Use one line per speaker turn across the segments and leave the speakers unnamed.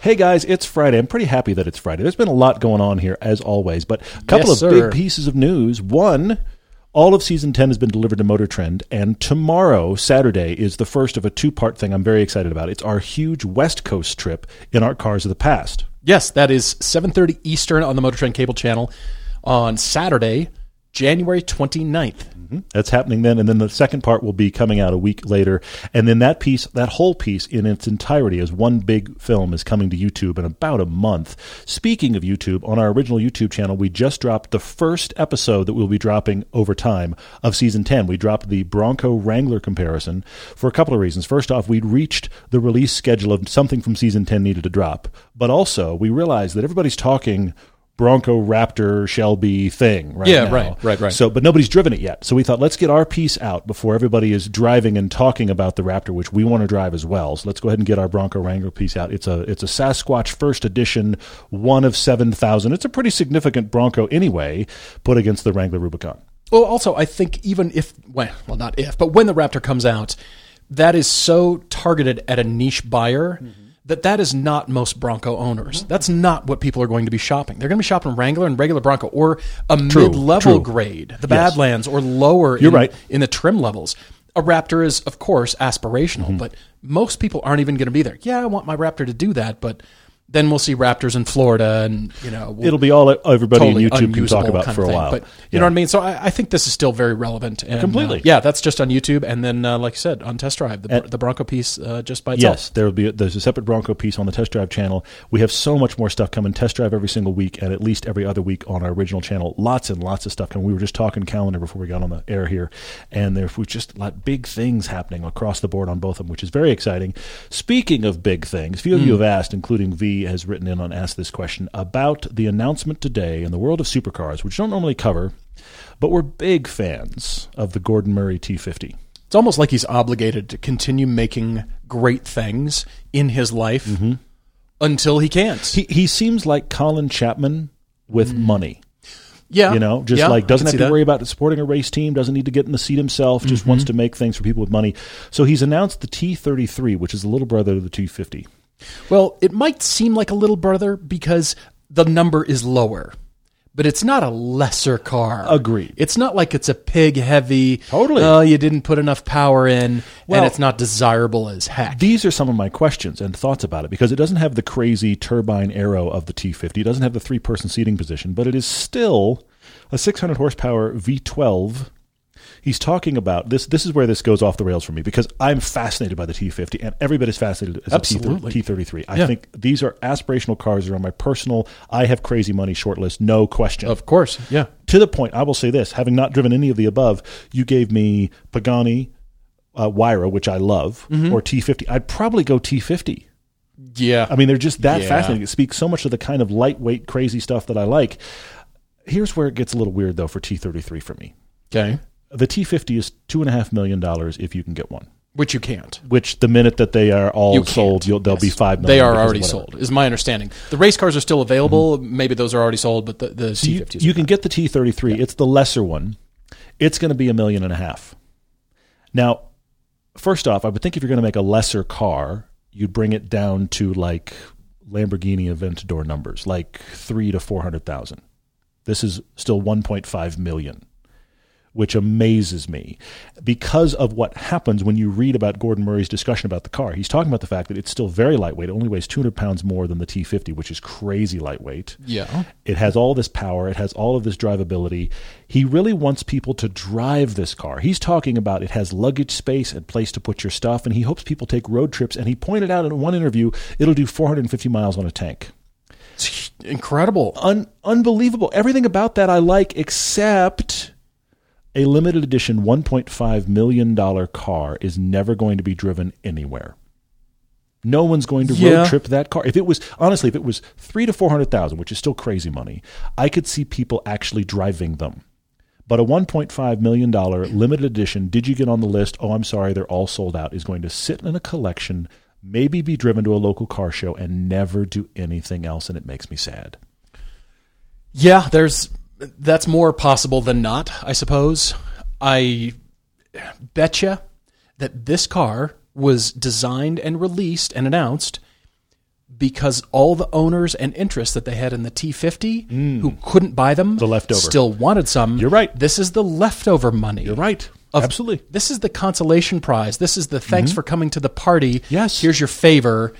Hey guys, it's Friday. I'm pretty happy that it's Friday. There's been a lot going on here, as always, but a couple
Yes,
of
sir.
big pieces of news. One, all of season 10 has been delivered to Motor Trend, and tomorrow, Saturday, is the first of a two part thing I'm very excited about. It's our huge West Coast trip in our Cars of the Past.
Yes, that is 7:30 Eastern on the Motor Trend Cable Channel on Saturday, January 29th.
That's happening then. And then the second part will be coming out a week later. And then that piece, that whole piece in its entirety as one big film is coming to YouTube in about a month. Speaking of YouTube, on our original YouTube channel, we just dropped the first episode that we'll be dropping over time of season 10. We dropped the Bronco Wrangler comparison for a couple of reasons. First off, we'd reached the release schedule of something from season 10 needed to drop. But also, we realized that everybody's talking. Bronco Raptor Shelby thing, right?
Yeah,
now.
right, right, right.
So, but nobody's driven it yet. So we thought, let's get our piece out before everybody is driving and talking about the Raptor, which we want to drive as well. So let's go ahead and get our Bronco Wrangler piece out. It's a it's a Sasquatch first edition, one of seven thousand. It's a pretty significant Bronco anyway, put against the Wrangler Rubicon.
Well, also, I think even if when, well, not if, but when the Raptor comes out, that is so targeted at a niche buyer that that is not most Bronco owners.
Mm-hmm.
That's not what people are going to be shopping. They're going to be shopping Wrangler and regular Bronco or a mid-level
true.
grade, the Badlands or lower. You're in,
right.
in the trim levels. A Raptor is, of course, aspirational,
Mm-hmm.
but most people aren't even going to be there. Yeah, I want my Raptor to do that, but then we'll see Raptors in Florida, and you know, we'll,
It'll be all that everybody
totally
on YouTube can
unusable
talk about
kind
for
of
a
thing.
while.
But you
Yeah.
know what I mean. So I, I think this is still very relevant. And,
Completely.
uh, yeah, that's just on YouTube, and then uh, like I said, on test drive, the, the Bronco piece uh, just by itself.
Yes, there will be. there's a separate Bronco piece on the Test Drive channel. We have so much more stuff coming. Test Drive every single week, and at least every other week on our original channel. Lots and lots of stuff coming. We were just talking calendar before we got on the air here, and there was just like big things happening across the board on both of them, which is very exciting. Speaking of big things, few of you have asked, including V has written in on Ask This Question about the announcement today in the world of supercars, which don't normally cover, but we're big fans of the Gordon Murray T50.
It's almost like he's obligated to continue making great things in his life until he can't.
Mm-hmm. He, he seems like Colin Chapman with money.
yeah,
You know, just
Oh, Yeah, I
like doesn't
can see
have to
that. Mm-hmm.
worry about supporting a race team, doesn't need to get in the seat himself, just wants to make things for people with money. So he's announced the T33, which is the little brother of the T50.
Well, it might seem like a little brother because the number is lower, but it's not a lesser car.
Agreed.
It's not like it's a pig heavy.
Totally.
Oh, you didn't put enough power in,
Well-
and it's not desirable as heck.
These are some of my questions and thoughts about it because it doesn't have the crazy turbine arrow of the T50. It doesn't have the three person seating position, but it is still a 600 horsepower V12. He's talking about this. This is where this goes off the rails for me because I'm fascinated by the T50 and everybody's fascinated as
Absolutely.
a T30 T33. I
Yeah.
think these are aspirational cars. They're on my personal, I have crazy money short list, no question
of course, yeah.
to the point, I will say this: having not driven any of the above, you gave me Pagani, uh, Wyra, which I love,
Mm-hmm.
or T50. I'd probably go T50.
Yeah.
I mean, they're just that
Yeah.
fascinating. It speaks so much to the kind of lightweight, crazy stuff that I like. Here's where it gets a little weird, though, for T33 for me.
okay.
The T50 is two and a half million dollars if you can get one.
Which you can't.
Which the minute that they are all
You
sold,
can't.
you'll, they'll be
Yes.
five million.
They are
because of
already
whatever. Mm-hmm.
sold, is my understanding. The race cars are still available. Maybe those are already sold, but the, the
You-
T50s.
You, can get the T33. It's the lesser one. It's going to be a million and a half. Now, first off, I would think if you're going to make a lesser car, you'd bring it down to like Lamborghini Aventador numbers, like three to four hundred thousand. This is still one point five million, which amazes me because of what happens when you read about Gordon Murray's discussion about the car. He's talking about the fact that it's still very lightweight. It only weighs two hundred pounds more than the T50, which is crazy lightweight.
yeah.
It has all this power. It has all of this drivability. He really wants people to drive this car. He's talking about it has luggage space and place to put your stuff, and he hopes people take road trips. And he pointed out in one interview, it'll do 450 miles on a tank.
It's incredible.
Un- unbelievable. Everything about that I like, except a limited edition $1.5 million car is never going to be driven anywhere. No one's going to
Yeah.
road trip that car. If it was honestly, if it was three to four hundred thousand, which is still crazy money, I could see people actually driving them. But a $1.5 million limited edition, did you get on the list? Oh, I'm sorry, they're all sold out, is going to sit in a collection, maybe be driven to a local car show, and never do anything else. And it makes me sad.
Yeah, there's that's more possible than not, I suppose. I betcha that this car was designed and released and announced because all the owners and interest that they had in the T50 who couldn't buy them
Mm. The leftover.
still wanted some.
You're right.
This is the leftover money.
You're right.
Of-
Absolutely. Mm-hmm.
This is the consolation prize. This is the thanks for coming to the party.
Yes.
Here's your favor.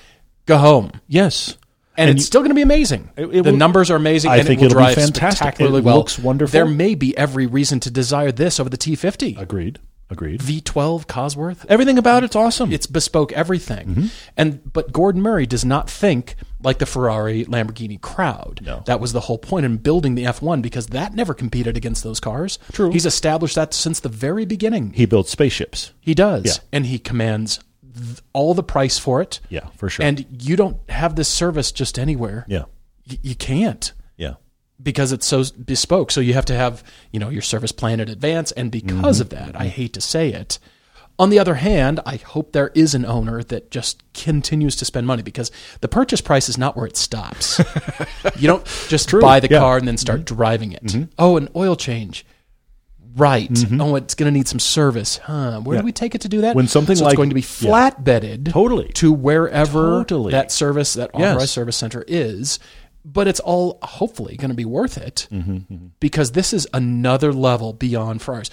Go home.
Yes.
And, it's still going to be amazing.
It- it
the
will-
numbers are amazing.
I
and
think
it will
it'll be
drive
fantastic.
spectacularly
It
well.
looks wonderful.
There may be every reason to desire this over the T50.
Agreed. Agreed.
V12 Cosworth.
Everything about it's awesome.
It's bespoke everything.
Mm-hmm.
And but Gordon Murray does not think like the Ferrari Lamborghini crowd.
No.
That was the whole point in building the F1 because that never competed against those cars.
True.
He's established that since the very beginning.
he builds spaceships.
He does.
Yeah.
And he commands th- all the price for it.
Yeah, for sure.
And you don't have this service just anywhere.
Yeah.
Y- you can't
Yeah.
because it's so bespoke. So you have to have, you know, your service plan in advance. And because
Mm-hmm.
of that, I hate to say it. On the other hand, I hope there is an owner that just continues to spend money because the purchase price is not where it stops. you don't just buy the
yeah. Mm-hmm.
car and then start driving it. Oh, an oil change. Right. Oh, it's going to need some service. Huh. Where do we take it to do that?
Mm-hmm. When something
So
like-
it's going to be
yeah.
flatbedded
Totally.
to wherever
Totally.
that service, that
Yes.
authorized service center is, but it's all hopefully going to be worth it
Mm-hmm,
because this is another level beyond Ferraris.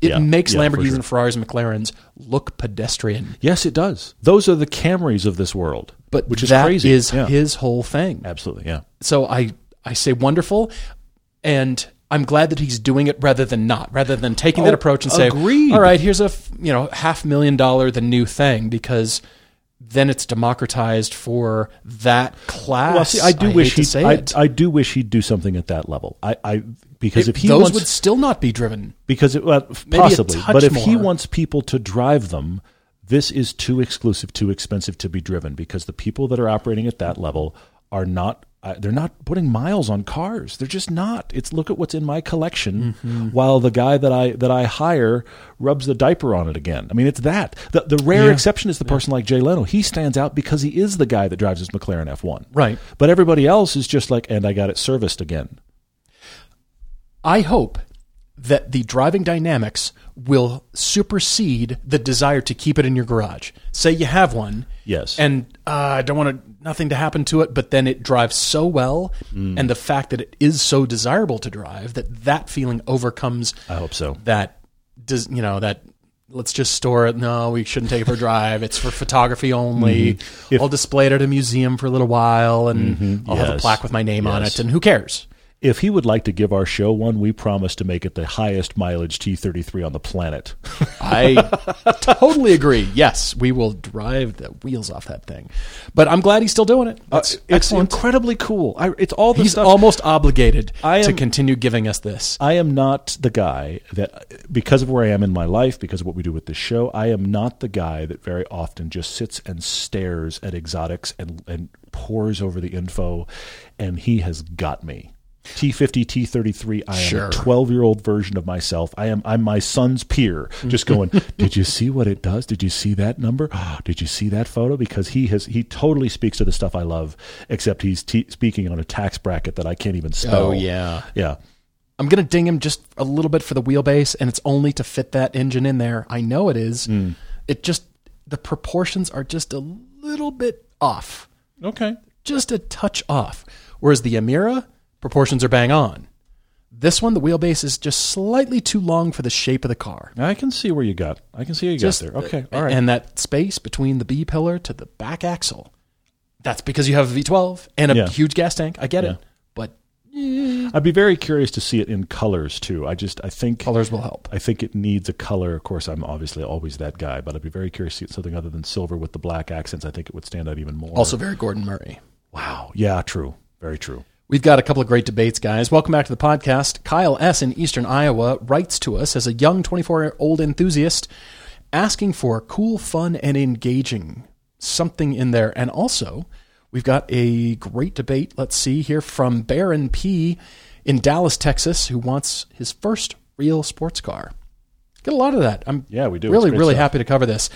It
Yeah,
makes
yeah, for
Lamborghinis
sure.
and Ferraris and McLarens look pedestrian,
Yes, it does. Those are the Camrys of this world.
but
which is
that
crazy.
is
yeah.
his whole thing.
Absolutely. Yeah.
So I, I say wonderful, and I'm glad that he's doing it rather than not, rather than taking that
Oh,
approach and
agreed.
say, all right, here's a f- you know half million dollar the new thing because. Then it's democratized for that class.
Well, see, I do wish
hate to
he.
say
I,
it.
I do wish he'd do something at that level. I, I because if he
those
wants
would still not be driven.
because it, well, f-
Maybe a
possibly,
touch
but if he
more.
wants people to drive them, this is too exclusive, too expensive to be driven because the people that are operating at that level are not. Uh, they're not putting miles on cars. They're just not. It's look at what's in my collection,
Mm-hmm.
while the guy that I that I hire rubs the diaper on it again. I mean, it's that. The, the rare exception is the person like Jay Leno. He stands out because he is the guy that drives his McLaren F1.
Right.
But everybody else is just like, and I got it serviced again.
I hope that the driving dynamics will supersede the desire to keep it in your garage. Say you have one,
Yes.
and uh, I don't want to, nothing to happen to it, but then it drives so well,
Mm.
and the fact that it is so desirable to drive that that feeling overcomes
I hope so.
that does you know that let's just store it no we shouldn't take it for a drive it's for photography only
Mm-hmm.
i'll display it at a museum for a little while and i'll have a
Yes.
plaque with my name on
Yes.
it and who cares
If he would like to give our show one, we promise to make it the highest mileage T33 on the planet.
I totally agree. Yes, we will drive the wheels off that thing. But I'm glad he's still doing it. That's
Uh, it's
excellent.
incredibly cool. I, it's all the
He's
stuff.
almost obligated
I
to
am-
continue giving us this.
I am not the guy that, because of where I am in my life, because of what we do with this show, I am not the guy that very often just sits and stares at exotics and, and pours over the info. And he has got me. T50, T33. I am
Sure.
a 12 year old version of myself. I am I'm my son's peer, just going, Did you see what it does? Did you see that number? Did you see that photo? Because he has he totally speaks to the stuff I love, except he's t- speaking on a tax bracket that I can't even spell.
Oh, yeah.
Yeah.
I'm going to ding him just a little bit for the wheelbase, and it's only to fit that engine in there. I know it is.
Hmm.
It just, the proportions are just a little bit off,
Okay.
just a touch off. Whereas the Amira, proportions are bang on. This one, the wheelbase is just slightly too long for the shape of the car.
I can see where you got. I can see you
Just-
got there. Okay, all right.
And that space between the B pillar to the back axle, that's because you have a V12 and a
Yeah.
huge gas tank. I get
Yeah.
it, but
I'd be very curious to see it in colors too. I just, I think,
colors will help.
I think it needs a color. Of course, I'm obviously always that guy, but I'd be very curious to see something other than silver with the black accents. I think it would stand out even more.
Also, very Gordon Murray.
wow. Yeah, true. Very true.
We've got a couple of great debates, guys. Welcome back to the podcast. Kyle S. in Eastern Iowa writes to us as a young 24 year old enthusiast asking for cool, fun, and engaging something in there. And also, we've got a great debate, let's see here, from Baron P. in Dallas, Texas, who wants his first real sports car. Get a lot of that. I'm
Yeah, we do. It's
really,
great
really
stuff.
happy to cover this.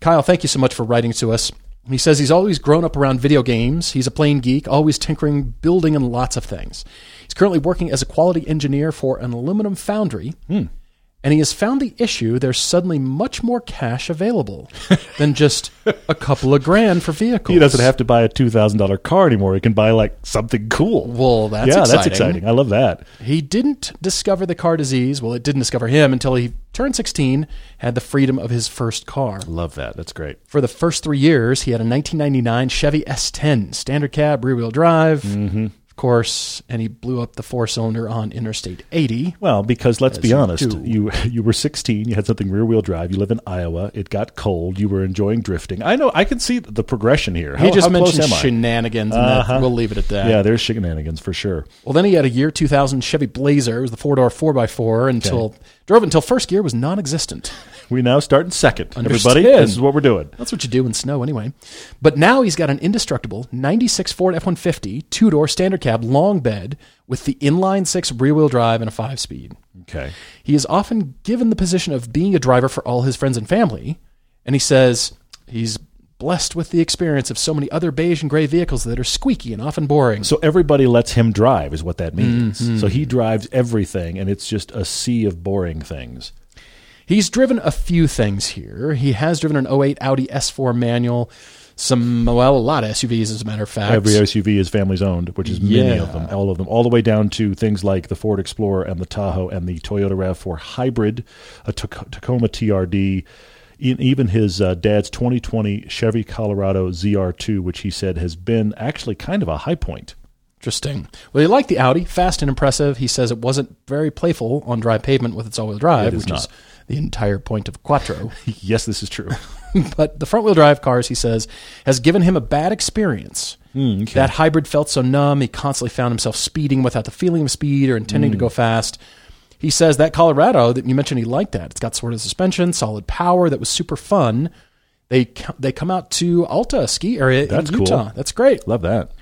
Kyle, thank you so much for writing to us. He says he's always grown up around video games. He's a plain geek, always tinkering, building, and lots of things. He's currently working as a quality engineer for an aluminum foundry.
Hmm.
And he has found the issue there's suddenly much more cash available than just a couple of grand for vehicles.
He doesn't have to buy a two thousand dollar car anymore. He can buy like something cool.
Well, that's
yeah, that's
exciting.
exciting. I love that.
He didn't discover the car disease. Well, it didn't discover him until he turned 16, had the freedom of his first car.
Love that. That's great.
For the first three years, he had a 1999 Chevy S10, standard cab, rear wheel drive,
Mm-hmm.
of course, and he blew up the four cylinder on Interstate 80.
Well, because let's be
you
honest,
do.
you you were 16, you had something rear wheel drive, you live in Iowa, it got cold, you were enjoying drifting. I know I can see the progression here. How,
He just
how close
mentioned
am I? Uh-huh.
shenanigans, and that, we'll leave it at that.
Yeah, there's shenanigans for sure.
Well, then he had a year 2000 Chevy Blazer. It was the four door 4x4 until drove until first gear was non existent.
We now start in second. Everybody,
Understand.
this is what we're doing.
That's what you do in snow anyway. But now he's got an indestructible 96 Ford F 150, two door standard cab, long bed with the inline six rear wheel drive and a five speed.
Okay.
He is often given the position of being a driver for all his friends and family. And he says he's blessed with the experience of so many other beige and gray vehicles that are squeaky and often boring.
So everybody lets him drive is what that means.
Mm-hmm.
So he drives everything and it's just a sea of boring things.
He's driven a few things here. He has driven an 08 Audi S4 manual, some, well, a lot of SUVs, as a matter of fact.
Every SUV is family's owned, which is many of
Yeah.
them, all of them, all the way down to things like the Ford Explorer and the Tahoe and the Toyota Rav4 Hybrid, a Tac- Tacoma TRD, e- even his uh, dad's 2020 Chevy Colorado ZR2, which he said has been actually kind of a high point.
Interesting. Well, he liked the Audi, fast and impressive. He says it wasn't very playful on dry pavement with its all-wheel drive,
It is
which is
not.
the entire point of Quattro.
yes, this is true.
but the front-wheel drive cars, he says, has given him a bad experience.
Hmm,
That hybrid felt so numb. He constantly found himself speeding without the feeling of speed or intending
Hmm.
to go fast. He says that Colorado that you mentioned, he liked that. It's got sort of suspension, solid power that was super fun. They co- they come out to Alta ski area
That's
in
cool.
Utah. That's great.
Love that.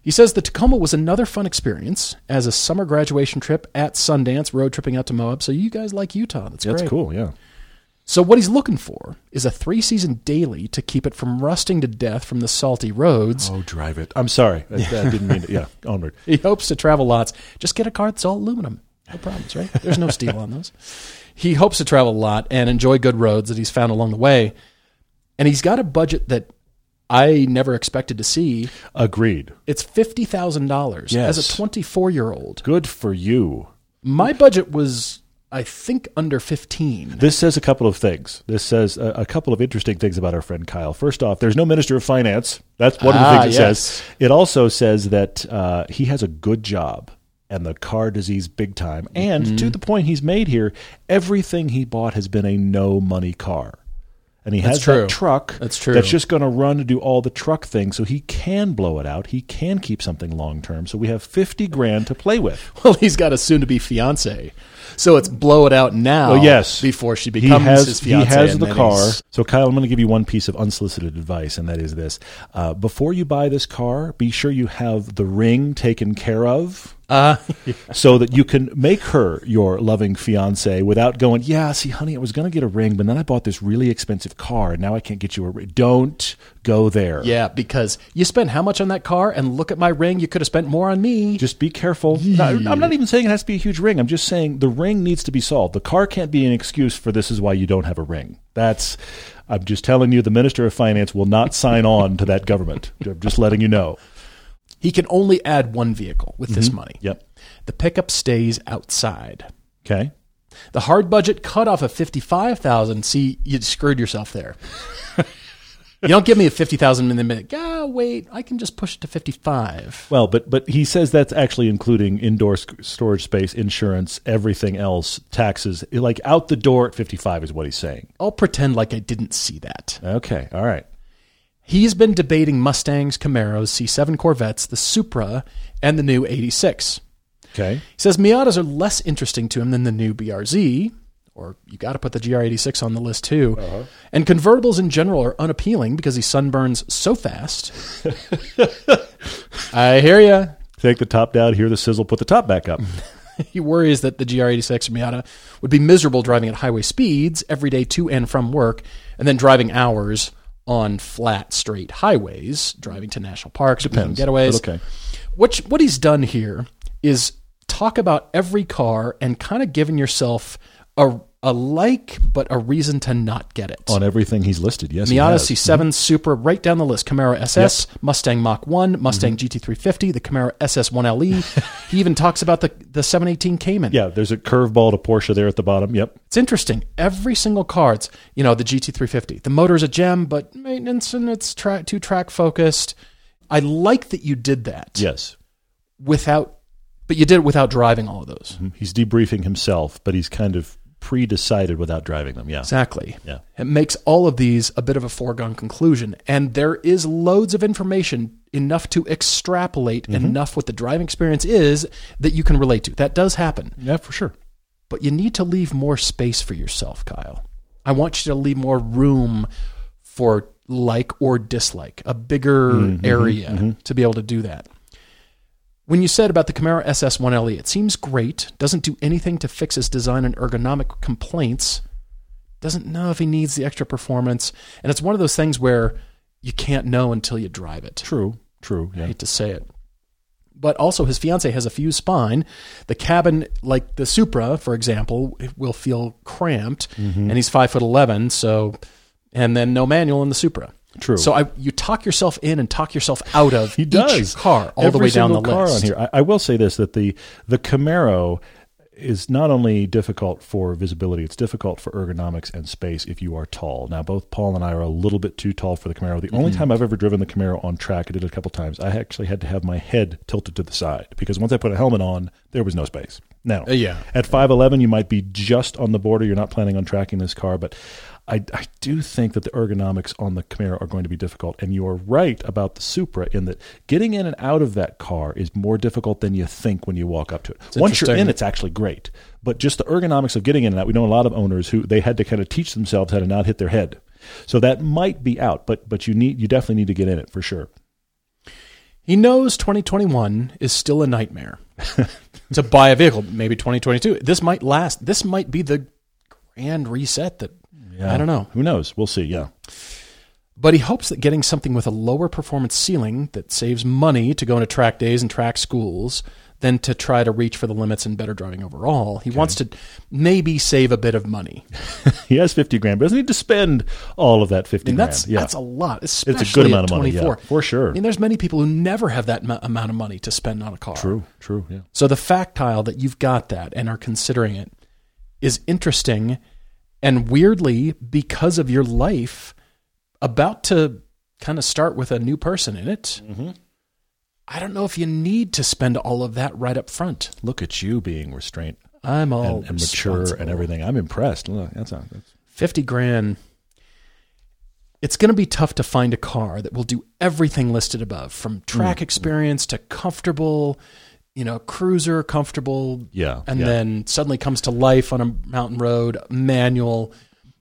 He says the Tacoma was another fun experience as a summer graduation trip at Sundance, road tripping out to Moab. So you guys like Utah. That's,
That's
great.
cool. Yeah.
So what he's looking for is a three season daily to keep it from rusting to death from the salty roads.
Oh, drive it. I'm sorry. I, I didn't mean it. Yeah, onward.
He hopes to travel lots. Just get a car that's all aluminum. No problems, right? There's no steel on those. He hopes to travel a lot and enjoy good roads that he's found along the way. And he's got a budget that I never expected to see.
Agreed.
It's fifty thousand dollars as
Yes.
a twenty four year old.
Good for you.
My budget was, I think, under 15.
This says a couple of things. This says a, a couple of interesting things about our friend Kyle. First off, there's no minister of finance. That's one
Ah,
of the things it
yes.
says. It also says that uh, he has a good job and the car disease big time. And
Mm-hmm.
to the point he's made here, everything he bought has been a no money car. And he has
That's true.
that truck
That's true.
that's just going to run to do all the truck things so he can blow it out. He can keep something long term. So we have 50 grand to play with.
Well, he's got a soon to be fiance. So it's blow it out now.
Well, Oh, yes.
Before she becomes
he has,
his fiance.
He has
and
the
then
car.
he's-
So, Kyle, I'm going to give you one piece of unsolicited advice, and that is this: uh, before you buy this car, be sure you have the ring taken care of.
Uh,
So that you can make her your loving fiance without going, yeah, see, honey, I was going to get a ring, but then I bought this really expensive car, and now I can't get you a ring. Don't go there.
Yeah, because you spent how much on that car? And look at my ring. You could have spent more on me.
Just be careful. Not- I'm not even saying it has to be a huge ring. I'm just saying the ring needs to be solved. The car can't be an excuse for this is why you don't have a ring. That's. I'm just telling you, the Minister of Finance will not sign on to that government. I'm just letting you know.
He can only add one vehicle with this money.
Mm-hmm. Yep.
The pickup stays outside.
Okay.
The hard budget cutoff of 55000 See, you screwed yourself there. you don't give me a 50000 in the minute. Ah, wait. I can just push it to 55
Well, but but he says that's actually including indoor sc- storage space, insurance, everything else, taxes. Like out the door at 55 is what he's saying.
I'll pretend like I didn't see that.
Okay. All right.
He's been debating Mustangs, Camaros, C7 Corvettes, the Supra, and the new 86.
Okay.
He says Miatas are less interesting to him than the new BRZ, or you got to put the GR86 on the list too. And convertibles in general are unappealing because he sunburns so fast. I hear ya.
Take the top down, hear the sizzle, put the top back up.
he worries that the GR86 Miata would be miserable driving at highway speeds every day to and from work, and then driving hours on flat, straight highways, driving to national parks,
Depends,
depends, getaways.
but okay.
What what he's done here is talk about every car and kind of giving yourself a a like, but a reason to not get it.
on everything he's listed. Yes, Mm-hmm. he
Miata
has.
C7 Supra, right down the list. Camaro SS, Mustang Mach 1, Mustang
Mm-hmm.
GT350, the Camaro SS1LE. E. he even talks about the, the 718 Cayman.
Yeah, there's a curveball to Porsche there at the bottom. Yep.
It's interesting. Every single car, it's, you know, the GT350. The motor's a gem, but maintenance and it's tra- too track focused. I like that you did that
Yes.
without, but you did it without driving all of those.
He's debriefing himself, but he's kind of pre-decided without driving them. Yeah.
Exactly.
Yeah.
It makes all of these a bit of a foregone conclusion. And there is loads of information enough to extrapolate enough what the driving experience is that you can relate to. That does happen.
Yeah, for sure.
But you need to leave more space for yourself, Kyle. I want you to leave more room for like or dislike, a bigger area to be able to do that. When you said about the Camaro SS1LE, E, it seems great, doesn't do anything to fix his design and ergonomic complaints, doesn't know if he needs the extra performance, and it's one of those things where you can't know until you drive it.
True. True.
I
Yeah.
hate to say it. But also, his fiance has a fused spine. The cabin, like the Supra, for example, it will feel cramped,
Mm-hmm.
and he's five foot eleven. So, and then no manual in the Supra.
True.
So I, you talk yourself in and talk yourself out of
He
each
does
car all
Every
the way down the
single car
list.
on here. I, I will say this: that the the Camaro is not only difficult for visibility, it's difficult for ergonomics and space if you are tall. Now, both Paul and I are a little bit too tall for the Camaro. The only time I've ever driven the Camaro on track, I did it a couple times. I actually had to have my head tilted to the side because once I put a helmet on, there was no space. Now,
Uh, yeah.
at 5'11, you might be just on the border. You're not planning on tracking this car, but I, I do think that the ergonomics on the Camaro are going to be difficult. And you are right about the Supra in that getting in and out of that car is more difficult than you think when you walk up to it. Once you're
interesting.
in, it's actually great. But just the ergonomics of getting in and out, we know a lot of owners who they had to kind of teach themselves how to not hit their head. So that might be out, but but you need you definitely need to get in it for sure.
He knows 2021 is still a nightmare to buy a vehicle. Maybe 2022. This might last. This might be the grand reset that I don't know.
Who knows? We'll see. Yeah.
But he hopes that getting something with a lower performance ceiling that saves money to go into track days and track schools than to try to reach for the limits and better driving overall. He wants to maybe save a bit of money.
He has 50 grand, but doesn't need to spend all of that 50
And
grand.
that's
yeah.
that's a lot.
good
Especially at
amount of money, yeah,
24.
for sure.
I mean, there's many people who never have that mu- amount of money to spend on a car.
True, true, yeah.
So the fact, Kyle, that you've got that and are considering it is interesting and weirdly, because of your life, about to kind of start with a new person in it.
Mm-hmm.
I don't know if you need to spend all of that right up front.
Look at you being restrained
I'm all
and, and mature
Oh, responsible.
and everything. I'm impressed. Look, that's, not, that's
50 grand. It's going to be tough to find a car that will do everything listed above from
Mm-hmm.
track experience to comfortable, you know, cruiser, comfortable.
Yeah,
And
yeah.
then suddenly comes to life on a mountain road, manual.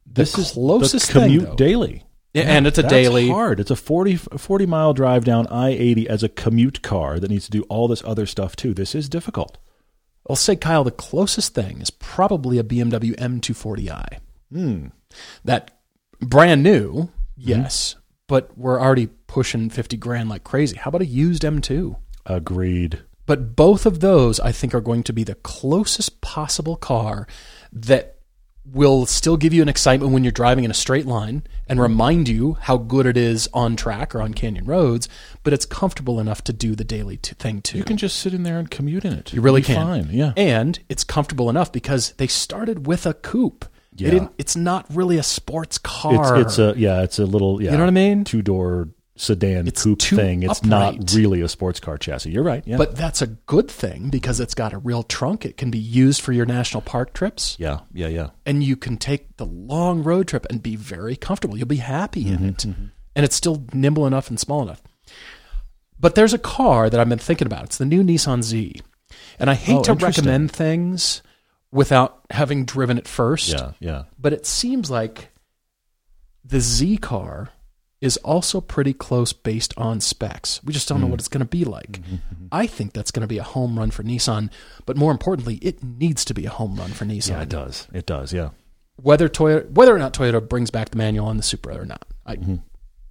this
the
is
closest
the commute
thing, though.
daily.
Yeah, and it's a
That's
daily.
hard. It's a 40, 40 mile drive down I eighty as a commute car that needs to do all this other stuff too. This is difficult.
I'll say, Kyle, the closest thing is probably a BMW M240i.
Hmm.
That brand new,
Mm-hmm.
yes, but we're already pushing 50 grand like crazy. How about a used M2?
Agreed.
But both of those, I think, are going to be the closest possible car that will still give you an excitement when you're driving in a straight line and remind you how good it is on track or on canyon roads, but it's comfortable enough to do the daily t- thing too.
You can just sit in there and commute in it.
You really
Be
can.
Fine. Yeah.
And it's comfortable enough because they started with a coupe. They
Yeah.
didn't- it's not really a sports
It's,
car.
it's a yeah. It's a little yeah.
You know what I mean?
Two door sedan
It's
coupe
too
thing. It's
upright.
not really a sports car chassis. You're right. Yeah.
but that's a good thing because it's got a real trunk. It can be used for your national park trips.
yeah, yeah, yeah.
and you can take the long road trip and be very comfortable. You'll be happy
Mm-hmm,
in it. And it's still nimble enough and small enough. But there's a car that I've been thinking about. It's the new Nissan Z. And I hate
Oh,
to
interesting.
recommend things without having driven it first.
Yeah, yeah.
But it seems like the Z car is also pretty close based on specs. We just don't
Mm.
know what it's going to be like.
Mm-hmm,
I think that's going to be a home run for Nissan, but more importantly, it needs to be a home run for Nissan.
Yeah, it does. It does. Yeah.
Whether Toyota, whether or not Toyota brings back the manual on the Supra or not, I,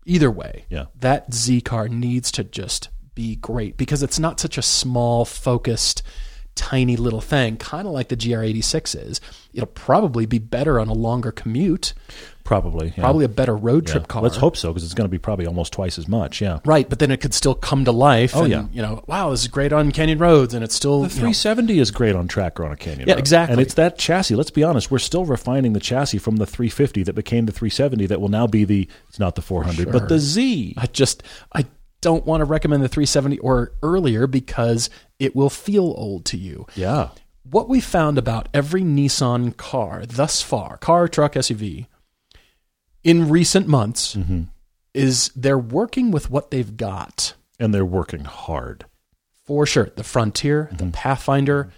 either way,
Mm-hmm. Yeah.
that Z car needs to just be great because it's not such a small, focused, tiny little thing. Kind of like the GR86 is. It'll probably be better on a longer commute,
Probably. yeah.
probably a better road trip
Yeah.
car.
Let's hope so because it's going to be probably almost twice as much. Yeah.
Right, but then it could still come to life. Oh and,
yeah.
you know, wow, this is great on canyon roads, and it's still
The
you know,
370 is great on track or on a canyon.
Yeah,
road.
exactly.
And it's that chassis. Let's be honest, we're still refining the chassis from the 350 that became the 370 that will now be the it's not the 400 but the Z.
I just I don't want to recommend the 370 or earlier because it will feel old to you.
Yeah.
What we found about every Nissan car thus far, car, truck, SUV, in recent months,
Mm-hmm.
is they're working with what they've got.
And they're working hard.
for sure. The Frontier,
Mm-hmm.
the Pathfinder.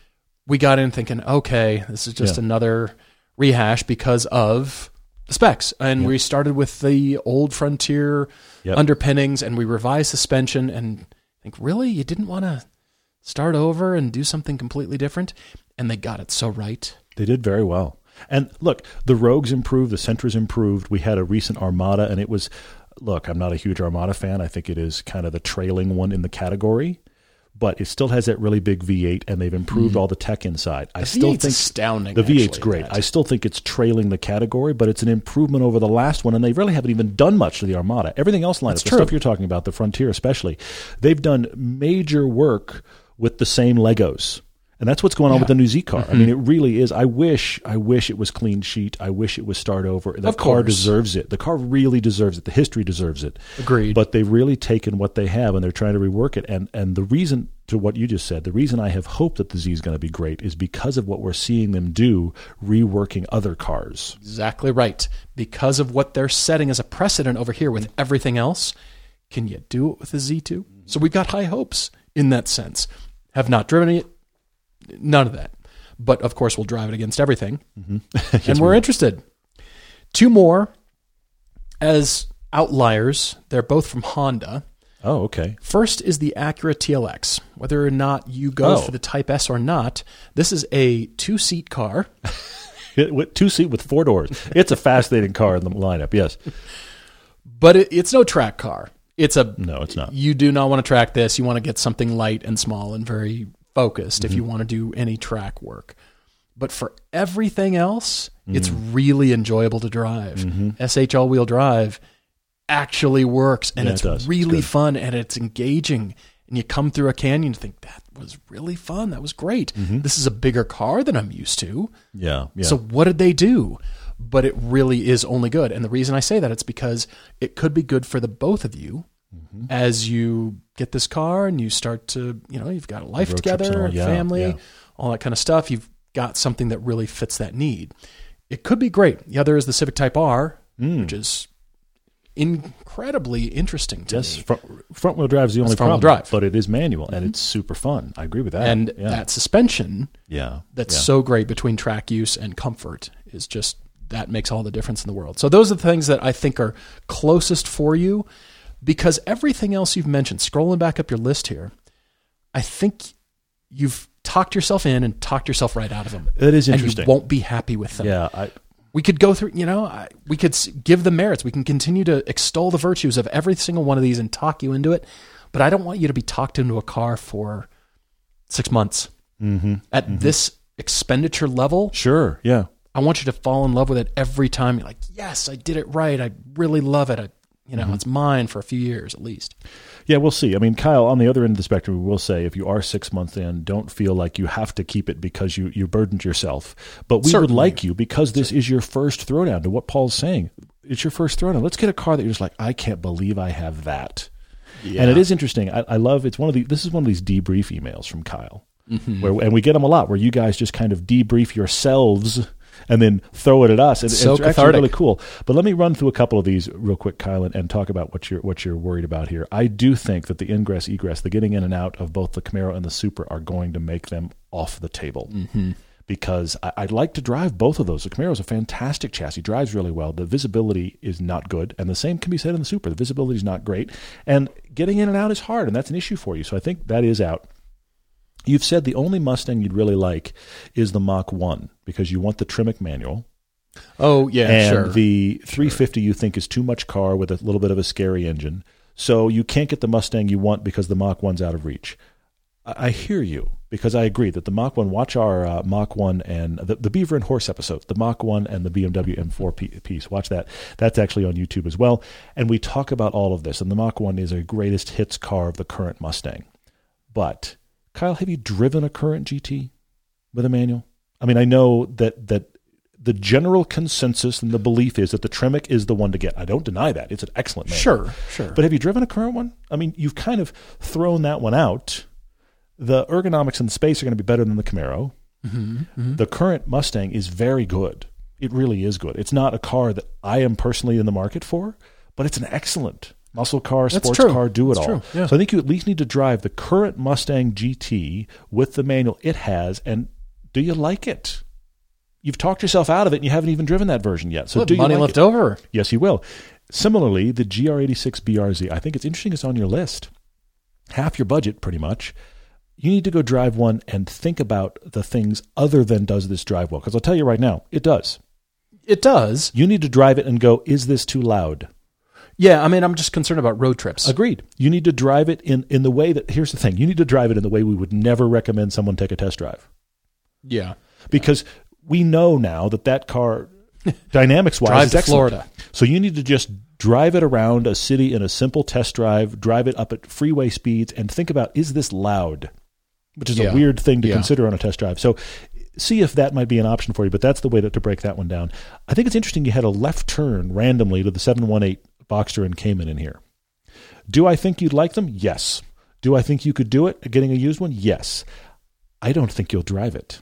We got in thinking, okay, this is just
Yeah.
another rehash because of the specs. And we started with the old Frontier
Yep.
underpinnings and we revised suspension and think, really? You didn't want to start over and do something completely different? And they got it so right.
They did very well. And look, the Rogues improved, the Sentras improved. We had a recent Armada, and it was look, I'm not a huge Armada fan. I think it is kind of the trailing one in the category, but it still has that really big V8, and they've improved all the tech inside.
Mm-hmm.
I
The
still
V8's
think
astounding,
The V8's
actually,
great.
Matt.
I still think it's trailing the category, but it's an improvement over the last one, and they really haven't even done much to the Armada. Everything else lines up. The
true.
stuff you're talking about, the Frontier especially, they've done major work with the same Legos. And that's what's going on with the new Z car. I
Mm-hmm.
mean, it really is. I wish, I wish it was clean sheet. I wish it was start over. The
Of
car
course.
deserves it. The car really deserves it. The history deserves it.
Agreed.
But they've really taken what they have and they're trying to rework it. And and the reason to what you just said, the reason I have hope that the Z is going to be great is because of what we're seeing them do reworking other cars.
Exactly right. Because of what they're setting as a precedent over here with everything else, can you do it with a Z2? So we've got high hopes in that sense. Have not driven it, none of that. But of course, we'll drive it against everything. and we're interested. Two more as outliers. They're both from Honda.
Oh, okay.
First is the Acura TLX. Whether or not you go
Oh.
for the Type S or not, this is a two seat car.
It- with two seat with four doors. It's a fascinating car in the lineup. Yes.
but it, it's no track car. It's a
No, it's not.
You do not want to track this. You want to get something light and small and very focused if you
Mm-hmm.
want to do any track work. But for everything else,
Mm.
it's really enjoyable to drive.
Mm-hmm.
SH all wheel drive actually works and
Yeah, it
it's
does. It's
really
good.
fun and it's engaging. And you come through a canyon and think, that was really fun. That was great.
Mm-hmm.
This is a bigger car than I'm used to.
Yeah. Yeah.
So what did they do? But it really is only good. And the reason I say that it's because it could be good for the both of you
Mm-hmm.
as you get this car and you start to, you know, you've got a life
Road trips and
together,
all, yeah,
family,
yeah.
all that kind of stuff. You've got something that really fits that need. It could be great. The other is the Civic Type R,
Mm.
which is incredibly interesting to
Yes,
me.
front, front wheel drive is the only
front-wheel
problem.
drive. Mm-hmm.
but it is manual and it's super fun. I agree with that.
And
yeah,
that suspension
yeah,
that's
yeah.
so great between track use and comfort is just that makes all the difference in the world. So those are the things that I think are closest for you because everything else you've mentioned, scrolling back up your list here, I think you've talked yourself in and talked yourself right out of them.
That is
And
interesting.
you won't be happy with them.
yeah. I,
We could go through, you know, I, we could s- give the merits. We can continue to extol the virtues of every single one of these and talk you into it. But I don't want you to be talked into a car for six months. At this expenditure level,
sure. Yeah,
I want you to fall in love with it every time. You're like, yes, I did it right. I really love it. I, you know, it's mine for a few years at least.
yeah. We'll see. I mean, Kyle, on the other end of the spectrum, we will say if you are six months in, don't feel like you have to keep it because you you burdened yourself. But we would
Certainly.
like you because this is your first throwdown. To what Paul's saying, it's your first throwdown. Let's get a car that you're just like, I can't believe I have that. And it is interesting. I, I love it's one of the this is one of these debrief emails from Kyle,
Mm-hmm.
where and we get them a lot, where you guys just kind of debrief yourselves and then throw it at us. And,
So
it's actually
cathartic.
really cool. But let me run through a couple of these real quick, Kyle, and, and talk about what you're what you're worried about here. I do think that the ingress egress, the getting in and out of both the Camaro and the Super, are going to make them off the table. because I, I like to drive both of those. The Camaro is a fantastic chassis, drives really well. The visibility is not good, and the same can be said in the Super. The visibility is not great, and getting in and out is hard, and that's an issue for you. So I think that is out. You've said the only Mustang you'd really like is the Mach 1 because you want the Trimic manual.
Oh yeah,
and
sure.
the 350 you think is too much car with a little bit of a scary engine. So you can't get the Mustang you want because the Mach 1's out of reach. I, I hear you because I agree that the Mach 1, watch our uh, Mach 1 and the, the Beaver and Horse episodes, the Mach 1 and the BMW M4 pi- piece. Watch that. That's actually on YouTube as well. And we talk about all of this. And the Mach 1 is a greatest hits car of the current Mustang. But Kyle, have you driven a current GT with a manual? I mean, I know that that the general consensus and the belief is that the Tremec is the one to get. I don't deny that; it's an excellent manual.
sure, sure.
But have you driven a current one? I mean, you've kind of thrown that one out. The ergonomics and the space are going to be better than the Camaro.
Mm-hmm,
The current Mustang is very good. It really is good. It's not a car that I am personally in the market for, but it's an excellent muscle car, sports
true.
car, do it
That's
all.
true, yeah.
So I think you at least need to drive the current Mustang GT with the manual it has, and do you like it? You've talked yourself out of it, and you haven't even driven that version yet. So
Well,
do you
money
like
left
it?
over.
Yes, you will. Similarly, the GR86 BRZ, I think it's interesting it's on your list. Half your budget, pretty much. You need to go drive one and think about the things other than does this drive well? Because I'll tell you right now, it does.
It does.
You need to drive it and go, is this too loud?
Yeah, I mean, I'm just concerned about road trips.
Agreed. You need to drive it in, in the way that, here's the thing, you need to drive it in the way we would never recommend someone take a test drive.
yeah,
because we know now that that car dynamics wise
Drive
is
to
excellent.
Florida.
So you need to just drive it around a city in a simple test drive, drive it up at freeway speeds and think about is this loud? Which is a
Yeah.
weird thing to
Yeah.
consider on a test drive. So see if that might be an option for you, but that's the way to, to break that one down. I think it's interesting you had a left turn randomly to the 718 Boxster and Cayman in here. Do I think you'd like them? Yes. Do I think you could do it getting a used one? Yes. I don't think you'll drive it.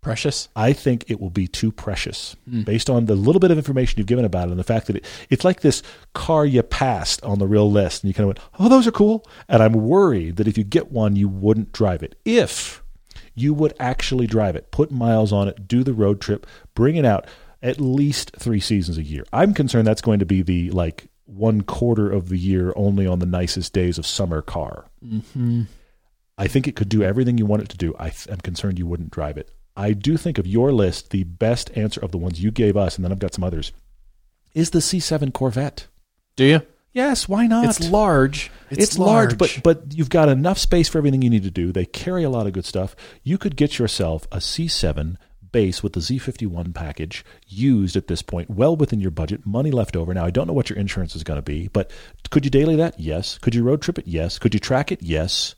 precious.
I think it will be too precious based on the little bit of information you've given about it and the fact that it, it's like this car you passed on the real list and you kind of went, oh, those are cool. And I'm worried that if you get one, you wouldn't drive it. If you would actually drive it, put miles on it, do the road trip, bring it out at least three seasons a year. I'm concerned that's going to be the like one quarter of the year only on the nicest days of summer car. I think it could do everything you want it to do. I th- I'm concerned you wouldn't drive it. I do think of your list, the best answer of the ones you gave us, and then I've got some others, is the C7 Corvette.
Do you?
Yes, why not?
It's large.
It's, large, but but you've got enough space for everything you need to do. They carry a lot of good stuff. You could get yourself a C7 base with the Z51 package used at this point, well within your budget, money left over. Now I don't know what your insurance is going to be, but could you daily that? Yes. Could you road trip it? Yes. Could you track it? Yes.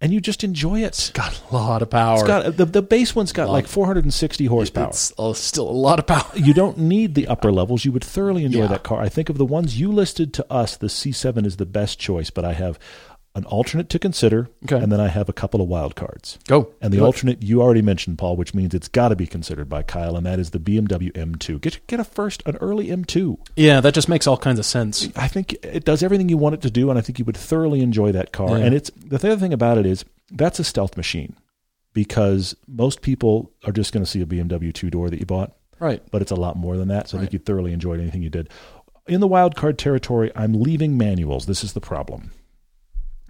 And you just enjoy it.
got a lot of power.
It's got the, the base one's got like 460 horsepower.
It's uh, still a lot of power.
you don't need the upper levels. You would thoroughly enjoy
Yeah.
that car. I think of the ones you listed to us, the C7 is the best choice, but I have an alternate to consider,
Okay.
and then I have a couple of wild cards.
Go.
And the
Do it.
alternate you already mentioned, Paul, which means it's got to be considered by Kyle, and that is the BMW M2. Get get a first, an early M2.
Yeah, that just makes all kinds of sense.
I think it does everything you want it to do, and I think you would thoroughly enjoy that car.
Yeah.
And it's the other thing about it is that's a stealth machine because most people are just going to see a BMW two door that you bought,
Right.
but it's a lot more than that. So I think you'd thoroughly enjoy anything you did. In the wild card territory, I'm leaving manuals. This is the problem.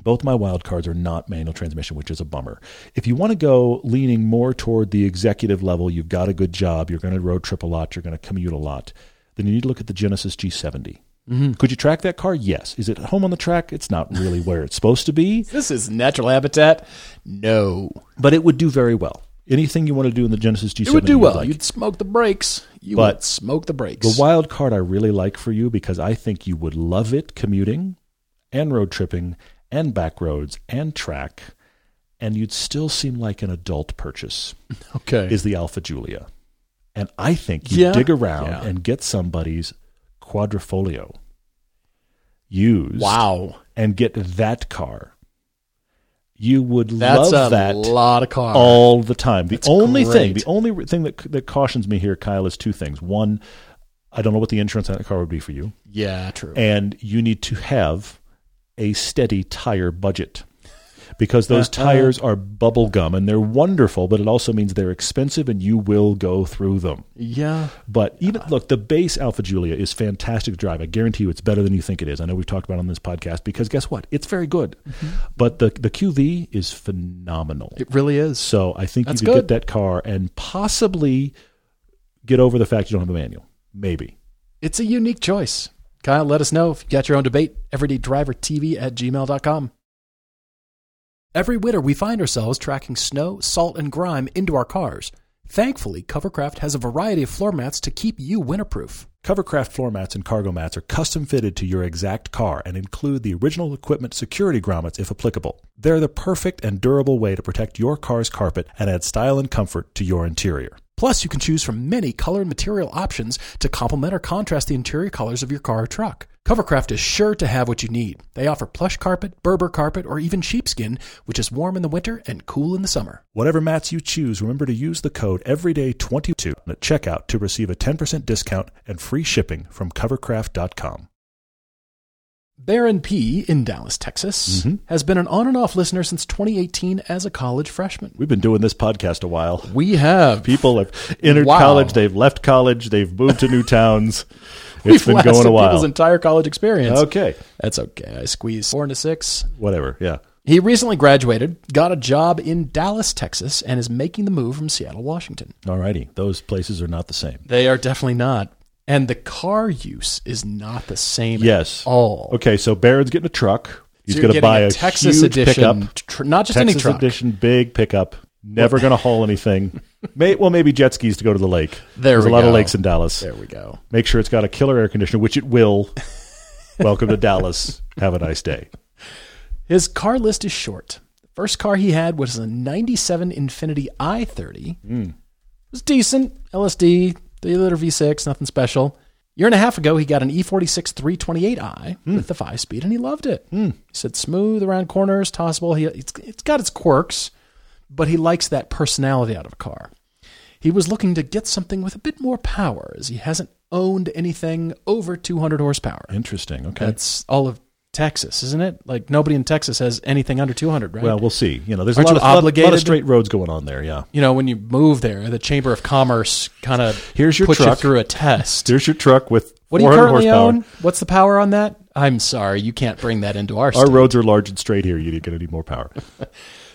Both my wild cards are not manual transmission, which is a bummer. If you want to go leaning more toward the executive level, you've got a good job, you're going to road trip a lot, you're going to commute a lot, then you need to look at the Genesis G70.
Mm-hmm.
Could you track that car? Yes. Is it at home on the track? It's not really where it's supposed to be,
This is natural habitat. No.
but it would do very well. Anything you want to do in the Genesis G70,
It would do
you'd
well.
like.
You'd smoke the brakes. You
But-
would smoke the brakes.
The wild card I really like for you because I think you would love it commuting and road tripping and back roads and track, and you'd still seem like an adult purchase
okay.
is the Alpha Julia. And I think you
Yeah.
dig around
Yeah.
and get somebody's quadrifolio used
wow.
and get that car. You would
That's
love
a
that
lot of car.
all the time. The
That's
only thing,
great.
the only thing that that cautions me here, Kyle, is two things. One, I don't know what the insurance on that car would be for you,
yeah, true.
and you need to have a steady tire budget because
Uh,
those tires are bubble gum and they're wonderful, but it also means they're expensive and you will go through them.
Yeah.
But even
Uh.
look, the base Alpha Julia is fantastic to drive. I guarantee you, it's better than you think it is. I know we've talked about it on this podcast because guess what? It's very good.
Mm-hmm.
But the the QV is phenomenal.
It really is.
so I think
That's
you could
good.
get that car and possibly get over the fact you don't have a manual. Maybe.
It's a unique choice. Kyle, let us know if you got your own debate. EverydayDriverTV at gmail.com. Every winter, we find ourselves tracking snow, salt, and grime into our cars. Thankfully, Covercraft has a variety of floor mats to keep you winterproof.
Covercraft floor mats and cargo mats are custom fitted to your exact car and include the original equipment security grommets if applicable. They're the perfect and durable way to protect your car's carpet and add style and comfort to your interior.
Plus, you can choose from many color and material options to complement or contrast the interior colors of your car or truck. Covercraft is sure to have what you need. They offer plush carpet, Berber carpet, or even sheepskin, which is warm in the winter and cool in the summer.
Whatever mats you choose, remember to use the code EVERYDAY22 at checkout to receive a 10% discount and free shipping from covercraft.com.
Baron P. in Dallas, Texas,
Mm-hmm.
has been an on and off listener since 2018 as a college freshman.
We've been doing this podcast a while.
We have.
People have entered
Wow.
college, they've left college, they've moved to new towns. It's been going a
People's
while.
entire college experience.
Okay,
That's okay. I squeezed four into six.
whatever. Yeah.
He recently graduated, got a job in Dallas, Texas, and is making the move from Seattle, Washington.
Alrighty, those places are not the same.
They are definitely not. And the car use is not the same
Yes.
at all.
Okay, so Barron's getting a truck. He's
So you're
going to
getting
buy a,
Texas
huge
edition,
pickup,
tr- not just any
Texas
truck.
edition, big pickup. Never going to haul anything. May, well, maybe jet skis to go to the lake.
There
There's
we
a lot
go.
of lakes in Dallas.
There we go.
Make sure it's got a killer air conditioner, which it will. Welcome to Dallas. Have a nice day.
His car list is short. The first car he had was a 97 Infinity i30. It was decent, LSD, 3 liter V6, nothing special. Year and a half ago, he got an E E46 328i with the 5 speed, and he loved it. He said smooth around corners, tossable. He, it's, it's got its quirks, but he likes that personality out of a car. He was looking to get something with a bit more power, as he hasn't owned anything over 200 horsepower.
Interesting. Okay.
That's all of Texas, isn't it? Like nobody in Texas has anything under 200, right?
well, we'll see. You know, there's
Aren't you
a lot of, lot- lot
obligated?
of straight roads going on there. Yeah.
you know, when you move there, the Chamber of Commerce kind of
Here's your
puts
truck.
you through a test.
There's your truck with
What do you
400
currently
horsepower.
own? What's the power on that? I'm sorry, you can't bring that into our.
Our
state.
roads are large and straight here. You're going to need more power.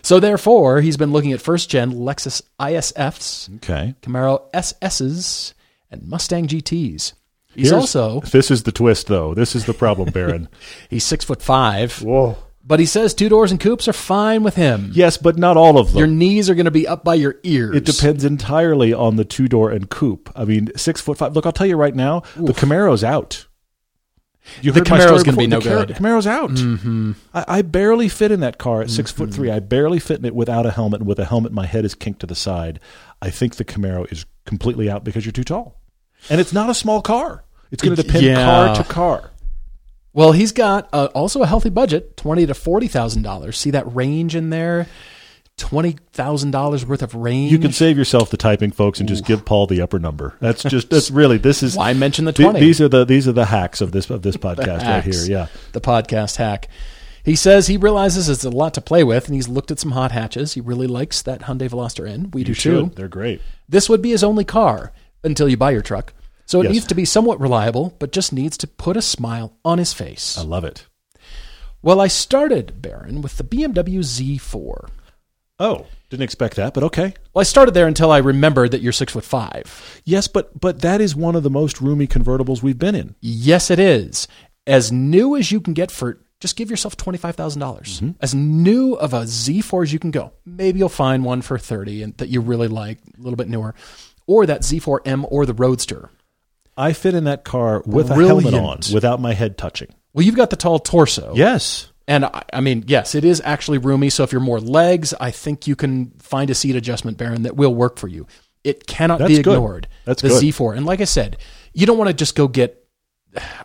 so therefore, he's been looking at first gen Lexus ISFs,
Okay.
Camaro SSs, and Mustang GTS. He's
Here's-
also
This is the twist, though. This is the problem, Baron.
he's six foot five,
Whoa.
but he says two doors and coupes are fine with him.
Yes, but not all of them.
Your knees are going to be up by your ears.
it depends entirely on the two door and coupe. I mean, six foot five. Look, I'll tell you right now, the Camaro's out. You
The
heard my
Camaro's
story
gonna be
before.
no
the Camaro-
good.
The Camaro's out. Mm-hmm. I, I barely fit in that car at 6 foot three. I barely fit in it without a helmet, and with a helmet, my head is kinked to the side. I think the Camaro is completely out because you're too tall, and it's not a small car. It's going to depend
Yeah.
car to car.
Well, he's got uh, also a healthy budget, twenty to forty thousand dollars. See that range in there, twenty thousand dollars worth of range.
You can save yourself the typing, folks, and just give Paul the upper number. That's just that's really this is
Why mention the
th-
20?
These are the these are the hacks of this of this podcast right here.
Hacks.
Yeah,
the podcast hack. He says he realizes it's a lot to play with, and he's looked at some hot hatches. He really likes that Hyundai Veloster N. We do too.
They're great.
This would be his only car until you buy your truck. So it
Yes.
needs to be somewhat reliable, but just needs to put a smile on his face.
I love it.
Well, I started Baron with the BMW Z4.
Oh, didn't expect that, but okay.
Well, I started there until I remembered that you're six foot five.
Yes, but but that is one of the most roomy convertibles we've been in.
Yes, it is. As new as you can get for just give yourself twenty five thousand dollars.
Mm-hmm.
As new of a Z four as you can go. Maybe you'll find one for thirty and that you really like, a little bit newer, or that Z four M or the Roadster.
I fit in that car with a helmet
Brilliant.
on, without my head touching.
Well, you've got the tall torso,
Yes,
and I, I mean, yes, it is actually roomy. So if you're more legs, I think you can find a seat adjustment, Baron, that will work for you. It cannot be
That's good.
ignored.
That's
the
good.
Z four, and like I said, you don't want to just go get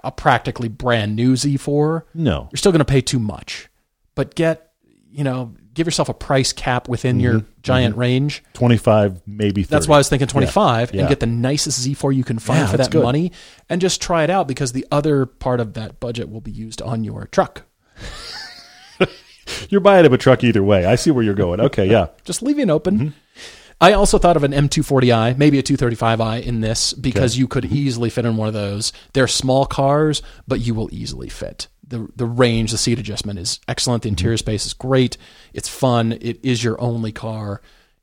a practically brand new Z four.
no,
you're still going to pay too much. But get, you know, give yourself a price cap within your giant range.
twenty five, maybe. 30.
That's why I was thinking 25
Mm-hmm. Yeah.
and get the nicest Z4 you can find
Yeah,
for
that's
that
good.
money and just try it out because the other part of that budget will be used on your truck.
You're buying him a truck either way. I see where you're going. Okay, yeah.
Just leaving open.
Mm-hmm.
I also thought of an M240i, maybe a 235i in this because you could easily fit in one of those. They're small cars, but you will easily fit. The, the range, the seat adjustment is excellent.
Mm-hmm.
The interior space is great. It's fun. It is your only car.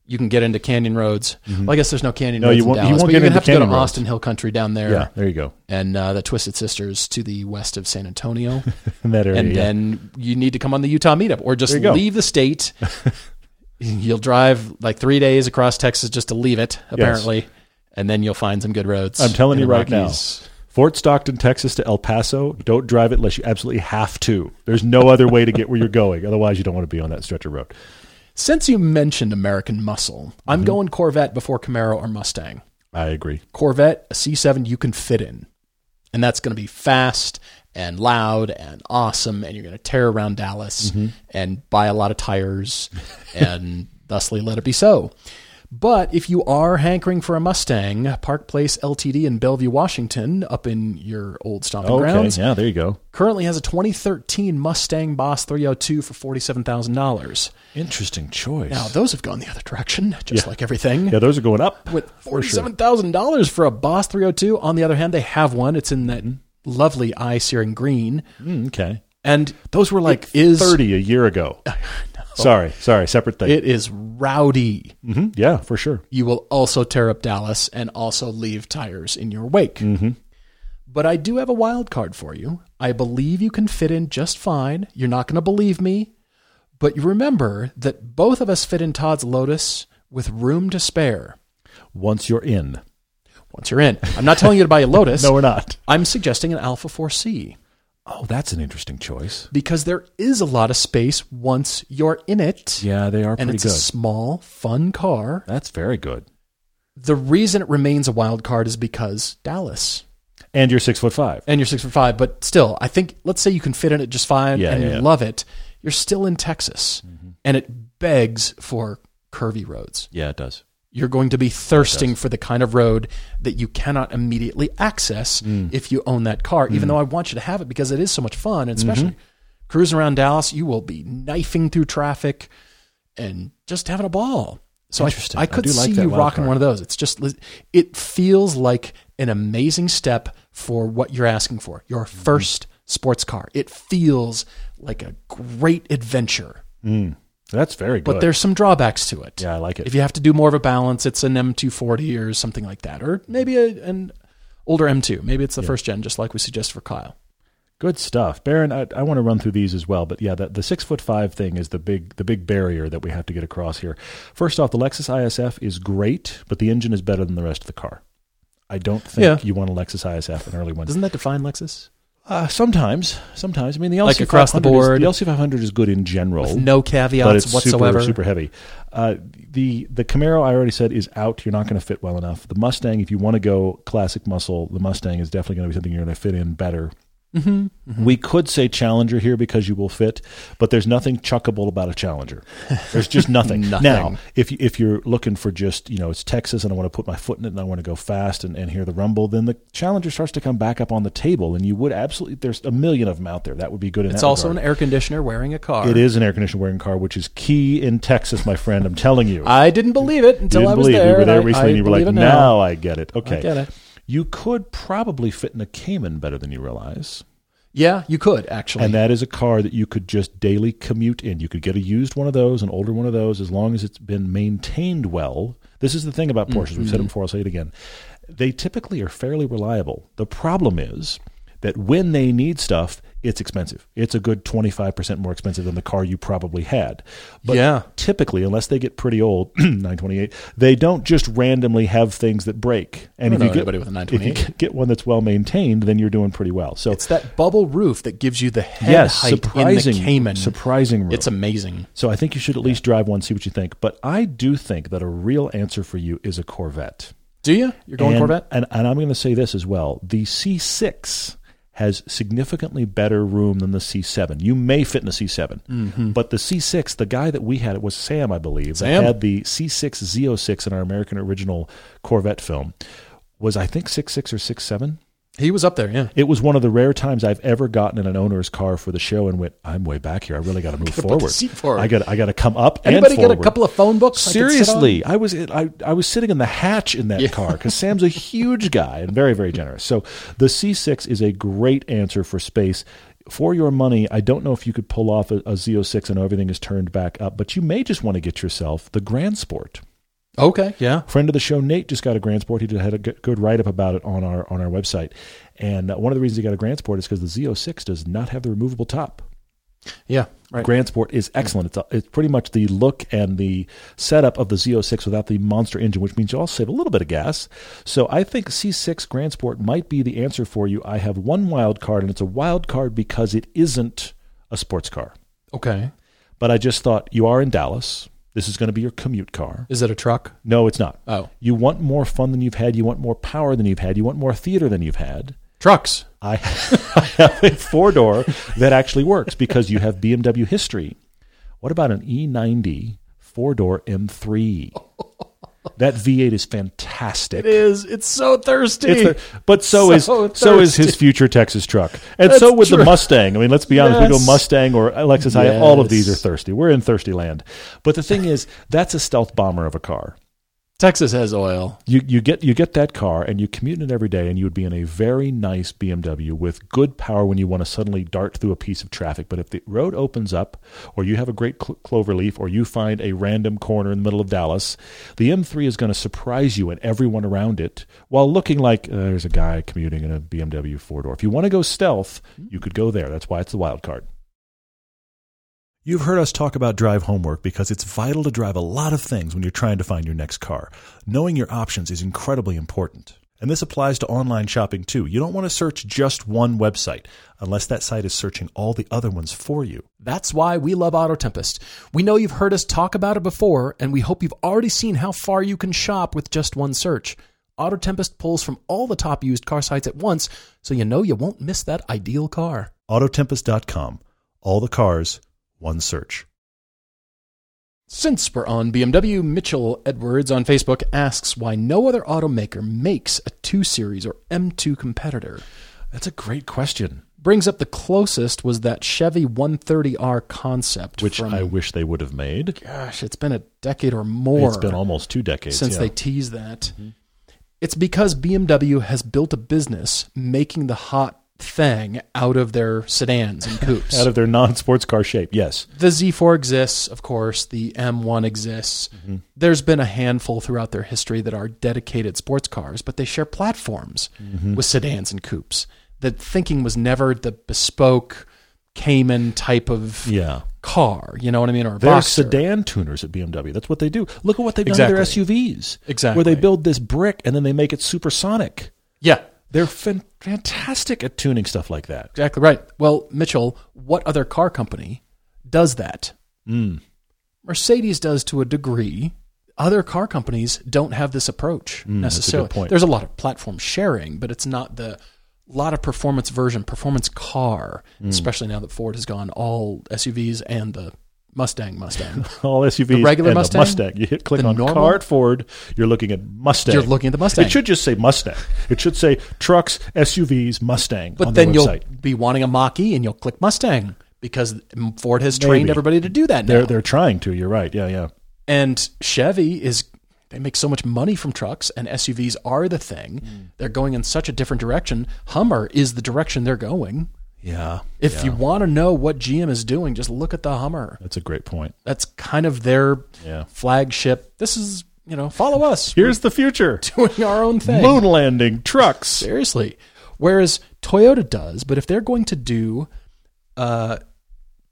You can get into canyon roads. Well, I guess there's no canyon
Mm-hmm. No,
roads
you won't-
in
you
Dallas,
won't
but
get
you're gonna
into
have to go to
canyon roads.
Austin Hill Country down there,
Yeah, there you go.
and uh, the Twisted Sisters to the west of San Antonio.
In that area.
and
yeah.
then you need to come on the Utah meetup or just
There you go.
leave the state. you'll drive like three days across Texas just to leave it, apparently, and then you'll find some good roads.
I'm telling
in
you
the
right now.
Rockies.
Fort Stockton, Texas to El Paso, don't drive it unless you absolutely have to. There's no other way to get where you're going. Otherwise, you don't want to be on that stretch of road.
Since you mentioned American muscle,
Mm-hmm.
I'm going Corvette before Camaro or Mustang.
I agree.
Corvette, a C7 you can fit in. And that's going to be fast and loud and awesome. And you're going to tear around Dallas
Mm-hmm.
and buy a lot of tires and thusly let it be so. But if you are hankering for a Mustang, Park Place LTD in Bellevue, Washington, up in your old stomping grounds,
Yeah, there you go.
currently has a 2013 Mustang Boss 302 for $47,000.
Interesting choice.
Now, those have gone the other direction, just like everything
yeah, those are going up.
with forty-seven thousand dollars for a Boss 302. On the other hand, they have one. It's in that lovely eye searing green,
Mm, okay.
and those were like is
30 a year ago. Sorry, sorry, separate thing.
it is rowdy.
Mhm, Yeah, for sure.
You will also tear up Dallas and also leave tires in your wake.
Mm-hmm.
But I do have a wild card for you. I believe you can fit in just fine. You're not going to believe me, but you remember that both of us fit in Todd's Lotus with room to spare.
Once you're in.
Once you're in, I'm not telling you to buy a Lotus.
No, we're not.
I'm suggesting an Alpha 4C.
Oh, that's an interesting choice.
because there is a lot of space once you're in it.
Yeah, they are
and
pretty
it's
good.
a small, fun car.
that's very good.
The reason it remains a wild card is because Dallas
And you're six foot five.
and you're six foot five, but still, I think let's say you can fit in it just fine
Yeah,
and
yeah,
you
yeah. Mm-hmm.
love it. You're still in Texas, and it begs for curvy roads.
Yeah, it does.
You're going to be thirsting for the kind of road that you cannot immediately access
Mm.
if you own that car, even though I want you to have it because it is so much fun.
Mm-hmm.
And especially cruising around Dallas, you will be knifing through traffic and just having a ball. So I,
Interesting.
I
I
could
do like
see
that
you
wild
rocking
card.
one of those. It's just, it feels like an amazing step for what you're asking for. Your
Mm-hmm.
first sports car. It feels like a great adventure,
That's very good.
but there's some drawbacks to it
yeah, I like it.
if you have to do more of a balance, it's an M240 or something like that, or maybe a, an older M2. Maybe it's the first gen, just like we suggest for Kyle.
Good stuff, Baron. I, I want to run through these as well, but yeah, the, the six foot five thing is the big the big barrier that we have to get across here. First off, the Lexus ISF is great, but the engine is better than the rest of the car. I don't think
Yeah.
you want a Lexus ISF, an early one.
Doesn't that define Lexus?
Uh, sometimes, sometimes. I mean, the LC
Like across the
500 is-
board?
the LC five hundred is good in general.
No
Oh, but
caveats
it's
whatsoever.
super super heavy. Uh, the the Camaro I already said is out. You're not going to fit well enough. The Mustang, if you want to go classic muscle, the Mustang is definitely going to be something you're going to fit in better.
Mm-hmm,
We could say Challenger here because you will fit, but there's nothing chuckable about a Challenger. There's just nothing.
Nothing.
Now, if you, if you're looking for just you know it's Texas and I want to put my foot in it and I want to go fast and, and hear the rumble, then the Challenger starts to come back up on the table, and you would absolutely there's a million of them out there that would be good. In
It's
that
also
regard.
an air conditioner wearing a car.
It is an air conditioned wearing car, which is key in Texas, my friend. I'm telling you.
I didn't believe it
you
until
didn't
I was
believe
there.
we were
and
there
I-
recently,
I
and you were like,
believe
now.
it now.
I get it." Okay,
get it.
You could probably fit in a Cayman better than you realize,
Yeah, you could actually.
and that is a car that you could just daily commute in. You could get a used one of those, an older one of those, as long as it's been maintained well. This is the thing about Porsches. We've said
Mm-hmm.
it before. I'll say it again. They typically are fairly reliable. The problem is that when they need stuff, it's expensive. It's a good twenty five percent more expensive than the car you probably had. But
Yeah.
typically, unless they get pretty old, 928, they don't just randomly have things that break. And
I
if
don't
you
know
get
anybody with a
if you
928.
get- get one that's well maintained, then you're doing pretty well. So
it's that bubble roof that gives you the head
yes,
height
surprising,
in the Cayman.
surprising. room.
It's amazing.
so I think you should at least drive one, see what you think. But I do think that a real answer for you is a Corvette.
Do you? You're going
and,
Corvette?
And, and I'm going to say this as well. The C6 has significantly better room than the C7. You may fit in a 7 but the C6, the guy that we had, it was Sam, I
Mm-hmm.
believe,
Sam?
that had the C6 Z06 in our American original Corvette film, was I think six six or six seven.
He was up there, yeah.
It was one of the rare times I've ever gotten in an owner's car for the show and went, I'm way back here. I really got to move
put the
forward.
seat forward.
I got I got to come up
Anybody
and
get
forward.
a couple of phone books? I could sit on?
Seriously, I was I, I was sitting in the hatch in that
Yeah.
car because Sam's a huge guy and very very generous. So the C6 is a great answer for space. For your money, I don't know if you could pull off a, a Z06 and everything is turned back up, but you may just want to get yourself the Grand Sport.
Okay, yeah.
Friend of the show, Nate, just got a Grand Sport. He did, had a g- good write up about it on our on our website. And uh, one of the reasons he got a Grand Sport is because the Z06 does not have the removable top.
Yeah, right.
Grand Sport is excellent. It's, it's pretty much the look and the setup of the Z06 without the monster engine, which means you also save a little bit of gas. So I think C6 Grand Sport might be the answer for you. I have one wild card, and it's a wild card because it isn't a sports car.
Okay.
But I just thought you are in Dallas. This is going to be your commute car.
Is it a truck?
No, it's not.
Oh.
You want more fun than you've had. You want more power than you've had. You want more theater than you've had.
Trucks.
I, I have a four door that actually works because you have BMW history. What about an E E90 four door M3? That V8 is fantastic.
is. It's so thirsty.
It's a- but so,
So
is so is his
thirsty.
future Texas truck, and
That's
so would the
true.
Mustang. I mean, let's be honest. We go
Yes.
Mustang or Lexus. I all of these are
Yes.
thirsty. We're in thirsty land. But the thing is, that's a stealth bomber of a car.
Texas has oil.
You you get you get that car and you commute in it every day and you would be in a very nice BMW with good power when you want to suddenly dart through a piece of traffic. But if the road opens up, or you have a great cl- clover leaf, or you find a random corner in the middle of Dallas, the M3 is going to surprise you and everyone around it while looking like uh, there's a guy commuting in a BMW four door. If you want to go stealth, you could go there. That's why it's the wild card. You've heard us talk about drive homework because it's vital to drive a lot of things when you're trying to find your next car. Knowing your options is incredibly important. And this applies to online shopping too. You don't want to search just one website unless that site is searching all the other ones for you.
That's why we love Auto Tempest. We know you've heard us talk about it before, and we hope you've already seen how far you can shop with just one search. Auto Tempest pulls from all the top used car sites at once, so you know you won't miss that ideal car.
Autotempest.com. All the cars, one search.
Since we're on BMW, Mitchell Edwards on Facebook asks why no other automaker makes a 2 Series or M2 competitor.
That's a great question,
Brings up the closest was that Chevy 130R concept,
which
from-
I wish they would have made.
gosh, it's been a decade or more.
it's been almost two decades
since
yeah. Mm-hmm.
they tease that. It's because BMW has built a business making the hot thing out of their sedans and coupes.
out of their non-sports car shape. Yes.
the Z4 exists, of course, the M1 exists.
Mm-hmm.
There's been a handful throughout their history that are dedicated sports cars, but they share platforms
Mm-hmm.
with sedans and coupes. The thinking was never the bespoke Cayman type of
Yeah.
car, you know what I mean, or a
They're
Boxster.
sedan tuners at BMW. That's what they do. Look at what they've done to
Exactly.
their SUVs.
Exactly.
Where they build this brick and then they make it supersonic.
Yeah,
They're fan- fantastic at tuning stuff like that.
Exactly right. Well, Mitchell, what other car company does that?
Hmm.
Mercedes does to a degree. Other car companies don't have this approach
Hmm, that's a
necessarily.
good point.
There's a lot of platform sharing, but it's not the lot of performance version, performance car,
Hmm.
especially now that Ford has gone all SUVs and the Mustang Mustang.
All SUVs,
The regular
and
Mustang?
the Mustang. You hit click
The
on
normal?
card forward. You're looking at Mustang.
You're looking at the Mustang.
It should just say Mustang. It should say trucks, SUVs, Mustang.
But
on
then
the
you'll
website.
be wanting a Mach E and you'll click Mustang because Ford has trained
Maybe.
everybody to do that now.
they're they're trying to. You're right. Yeah, yeah.
And Chevy is they make so much money from trucks and SUVs are the thing.
Hmm.
They're going in such a different direction. Hummer is the direction they're going.
Yeah.
If you want to know what GM is doing, just look at the Hummer.
That's a great point.
That's kind of their
Yeah.
flagship. This is, you know, follow us.
Here's the future.
We're doing our own thing.
Moon landing trucks.
Seriously. Whereas Toyota does, but if they're going to do a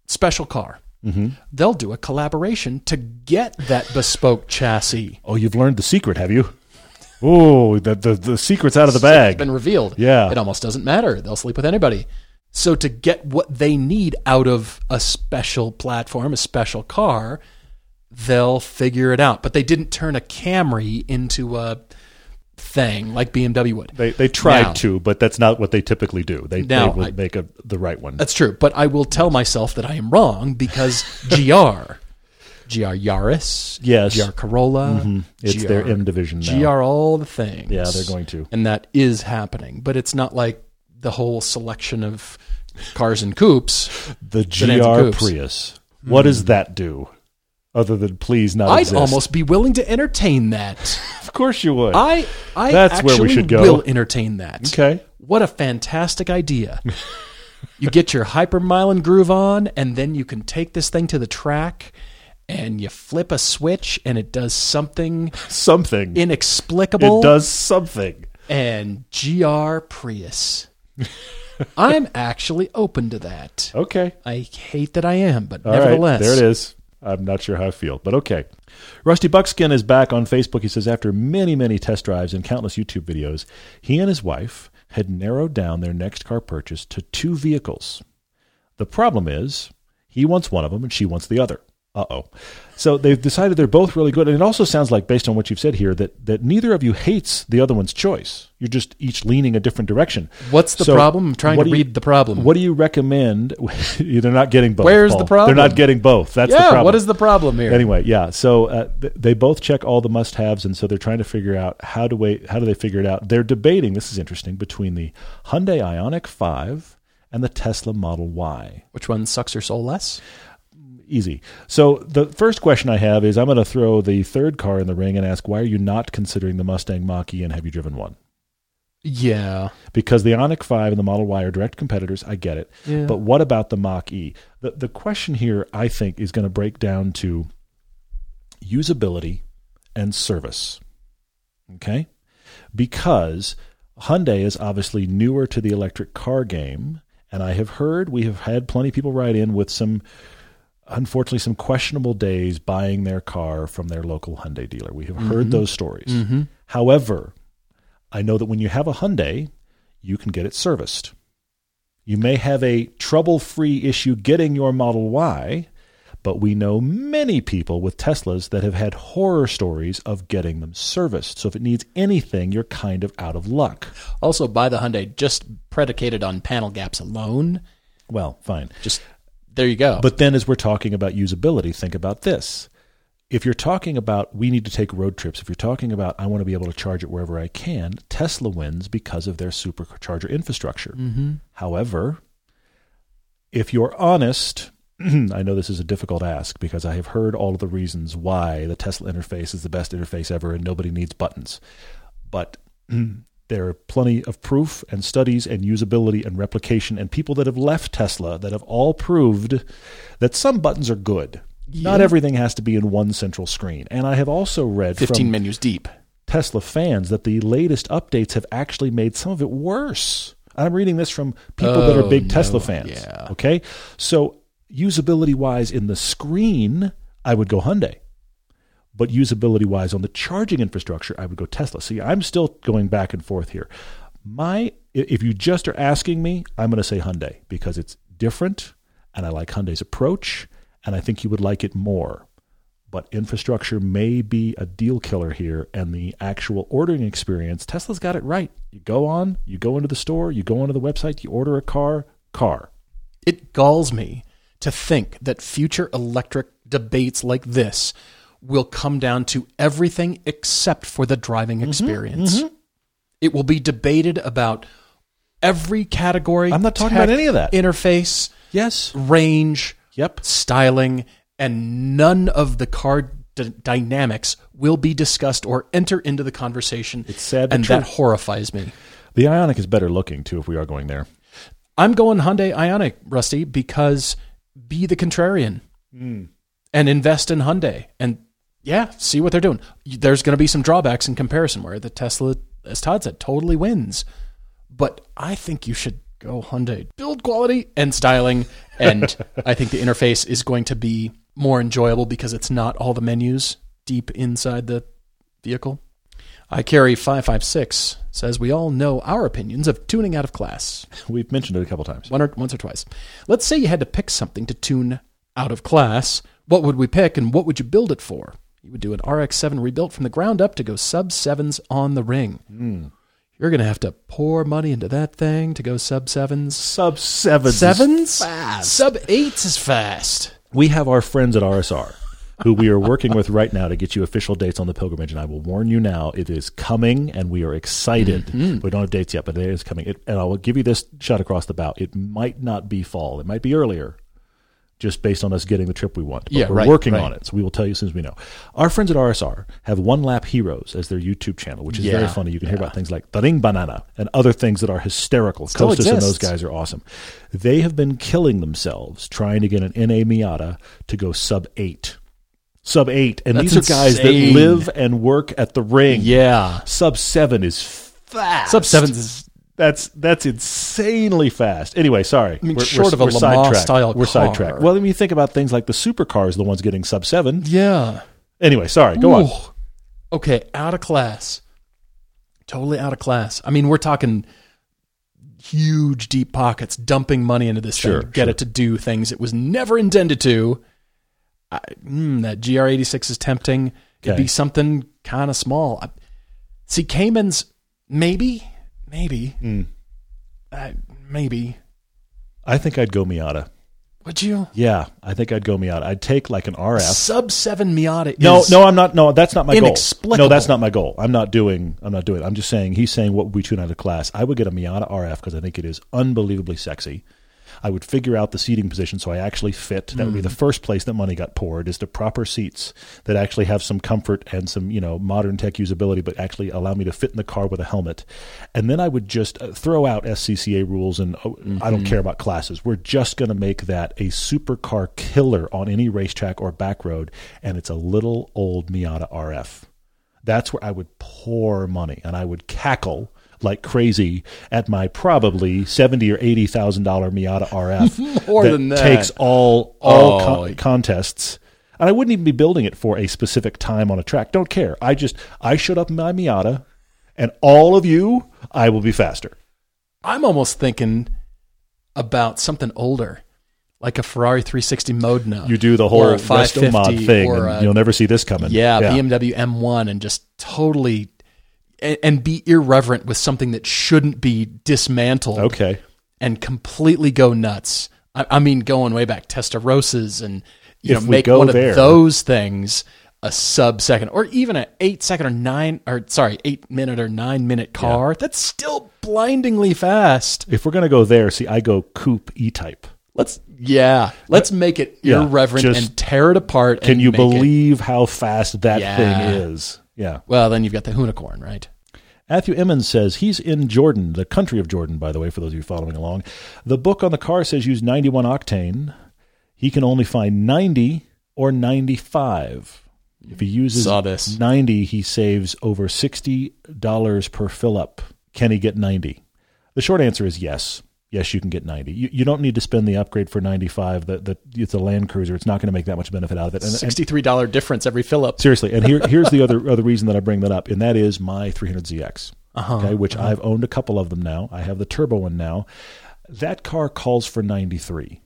special car,
Mm-hmm.
they'll do a collaboration to get that bespoke chassis.
Oh, you've learned the secret, have you? Oh, the, the, the secret's out of the
It's
bag.
been revealed.
Yeah.
It almost doesn't matter. They'll sleep with anybody. So to get what they need out of a special platform, a special car, they'll figure it out. But they didn't turn a Camry into a thing like BMW would.
They, they tried
Now-
to, but that's not what they typically do. They,
Now,
they would
I-
make a, the right one.
That's true. But I will tell myself that I am wrong because GR GR Yaris,
Yes. Mm-hmm.
GR Corolla.
It's
GR
their M division now.
GR all the things.
Yeah, they're going to.
And that is happening, but it's not like the whole selection of cars and coupes.
The
name's
GR
Coops.
Prius. What does that do? Other than please not
I'd
exist.
almost be willing to entertain that.
Of course you would.
I I
That's
actually
where we should go.
will entertain that.
okay.
What a fantastic idea. you get your hypermiling groove on and then you can take this thing to the track and you flip a switch and it does something
Something.
inexplicable
it does something.
and GR Prius. I'm actually open to that.
Okay.
I hate that I am, but
All right,
nevertheless.
there it is. I'm not sure how I feel, but okay. Rusty Buckskin is back on Facebook. He says after many, many test drives and countless YouTube videos, he and his wife had narrowed down their next car purchase to two vehicles. The problem is he wants one of them and she wants the other. Uh oh. So they've decided they're both really good. And it also sounds like, based on what you've said here, that, that neither of you hates the other one's choice. You're just each leaning a different direction.
What's the
So
problem? I'm trying
what
to
do you-
read the problem.
What do you recommend? They're not getting both.
Where's the
Paul.
problem?
They're not getting both. That's the
yeah,
problem.
what is the problem here?
Anyway, yeah. So uh, th- they both check all the must-haves, and so they're trying to figure out how do we, how do they figure it out? They're debating. This is interesting between the Hyundai Ionic Five and the Tesla Model Y.
Which one sucks your soul less?
Easy. So the first question I have is, I'm going to throw the third car in the ring and ask, why are you not considering the Mustang Mach-E, and have you driven one?
Yeah.
because the Onic 5 and the Model Y are direct competitors. I get it.
Yeah.
But what about the Mach E? The, the question here, I think, is going to break down to usability and service. Okay? Because Hyundai is obviously newer to the electric car game. And I have heard we have had plenty of people write in with some, unfortunately, some questionable days buying their car from their local Hyundai dealer. We have heard those stories. However, I know that when you have a Hyundai, you can get it serviced. You may have a trouble free issue getting your Model Y, but we know many people with Teslas that have had horror stories of getting them serviced. So if it needs anything, you're kind of out of luck.
Also, buy the Hyundai just predicated on panel gaps alone.
Well, fine.
Just there you go.
But then, as we're talking about usability, think about this. If you're talking about we need to take road trips, if you're talking about I want to be able to charge it wherever I can, Tesla wins because of their supercharger infrastructure. However, if you're honest, I know this is a difficult ask because I have heard all of the reasons why the Tesla interface is the best interface ever and nobody needs buttons. But there are plenty of proof and studies and usability and replication and people that have left Tesla that have all proved that some buttons are good. Not everything has to be in one central screen. And I have also read
15
from
menus deep.
Tesla fans that the latest updates have actually made some of it worse. I'm reading this from people that are
Oh,
big
no.
Tesla fans.
Yeah.
Okay. So, usability wise in the screen, I would go Hyundai. But usability wise on the charging infrastructure, I would go Tesla. See, I'm still going back and forth here. My, i- if you just are asking me, I'm going to say Hyundai because it's different and I like Hyundai's approach and I think you would like it more but infrastructure may be a deal killer here and the actual ordering experience tesla's got it right you go on you go into the store you go onto the website you order a car car
It galls me to think that future electric debates like this will come down to everything except for the driving
Mm-hmm.
experience. It will be debated about every category.
I'm not talking about any of that.
Interface,
yes
range,
yep
styling, and none of the car d- dynamics will be discussed or enter into the conversation.
It's sad but
and
true.
that horrifies me.
the ionic is better looking too if we are going there
I'm going Hyundai Ionic, Rusty, because be the contrarian and invest in Hyundai and yeah, see what they're doing. There's going to be some drawbacks in comparison where the Tesla, as Todd said, totally wins. But I think you should go Hyundai. Build quality and styling, and I think the interface is going to be more enjoyable because it's not all the menus deep inside the vehicle. I carry 556 says we all know our opinions of tuning out of class
we've mentioned it a couple times
one or once or twice. Let's say you had to pick something to tune out of class. What would we pick, and what would you build it for? You would do an RX-7 rebuilt from the ground up to go sub sevens on the ring. You're gonna have to pour money into that thing to go sub sevens.
sub sevens
Sevens, sub eights is fast.
we have our friends at rsr who we are working with right now to get you official dates on the pilgrimage. And I will warn you now, it is coming, and we are excited.
Mm-hmm.
We don't have dates yet, but it is coming. It, and I will give you this shot across the bow. It might not be fall. It might be earlier, just based on us getting the trip we want. But
Yeah,
we're
right,
working
right.
on it, so we will tell you as soon as we know. Our friends at RSR have One Lap Heroes as their YouTube channel, which is very
Yeah,
funny. You can hear about things like the ring banana and other things that are hysterical.
Still
Costas and those
exists.
guys are awesome. They have been killing themselves trying to get an NA Miata to go sub eight. Sub eight. And
That's
these are guys that
insane.
live and work at the ring.
Yeah.
Sub seven is fast.
Sub seven is
That's that's insanely fast. Anyway, sorry. I
mean, short of a Le Mans style
We're
car.
sidetracked. Well, then you think about things like the supercars, the ones getting sub seven.
yeah.
Anyway, sorry. Go on.
Ooh. Okay, out of class. Totally out of class. I mean, we're talking huge deep pockets dumping money into this thing
Sure,
to get
sure.
it to do things it was never intended to. I, mm, that GR86 is tempting. It'd
Okay.
be something kind of small. I, see, Cayman's maybe, maybe,
Hmm.
uh, maybe.
I think I'd go Miata.
Would you?
Yeah, I think I'd go Miata. I'd take like an RF.
Sub seven Miata.
No,
is,
no, I'm not. No, that's not my goal. No,
Inexplicable.
that's not my goal. I'm not doing. I'm not doing. it. I'm just saying. He's saying what would we tune out of class. I would get a Miata RF because I think it is unbelievably sexy. I would figure out the seating position so I actually fit. That would be the first place that money got poured is to proper seats that actually have some comfort and some you know modern tech usability, but actually allow me to fit in the car with a helmet. And then I would just uh, throw out SCCA rules and oh, I don't care about classes. We're just going to make that a supercar killer on any racetrack or back road, and it's a little old Miata RF. That's where I would pour money and I would cackle like crazy at my probably seventy or eighty thousand dollar Miata RF
More than that.
takes all all
Oh.
con- contests. And I wouldn't even be building it for a specific time on a track. Don't care. I just I showed up in my Miata, and all of you, I will be faster.
I'm almost thinking about something older, like a Ferrari 360 Modena.
You do the
or
whole
a 550
resto mod thing,
or
and
a-
you'll never see this coming.
yeah, BMW M1, and just totally and, and be irreverent with something that shouldn't be dismantled
Okay.
and completely go nuts. I, I mean, going way back, Testarossas, and you
If
know,
we
make
go
one
there-
of those things a sub second or even an eight second or nine or sorry, eight minute or nine minute car. That's still blindingly fast.
If we're gonna go there, see, I go coupe E type.
Let's yeah. Let's make it
Yeah,
irreverent
just-
and tear it apart.
Can
and
you
make it-
believe how fast that
Yeah.
thing is? Yeah.
well, then you've got the unicorn, right?
Matthew Emmons says he's in Jordan, the country of Jordan, by the way, for those of you following along. The book on the car says use 91 octane. He can only find 90 or 95. If he uses
Saw this.
90, he saves over $60 per fill up. Can he get 90? The short answer is yes. Yes, you can get 90. You, you don't need to spend the upgrade for 95. The, the, it's a Land Cruiser. It's not going to make that much benefit out of it. And- and-
Sixty-three dollar difference every fill up.
Seriously, and here, here's the other other reason that I bring that up, and that is my 300ZX,
Uh-huh.
okay, which I've owned a couple of them now. I have the turbo one now. That car calls for 93.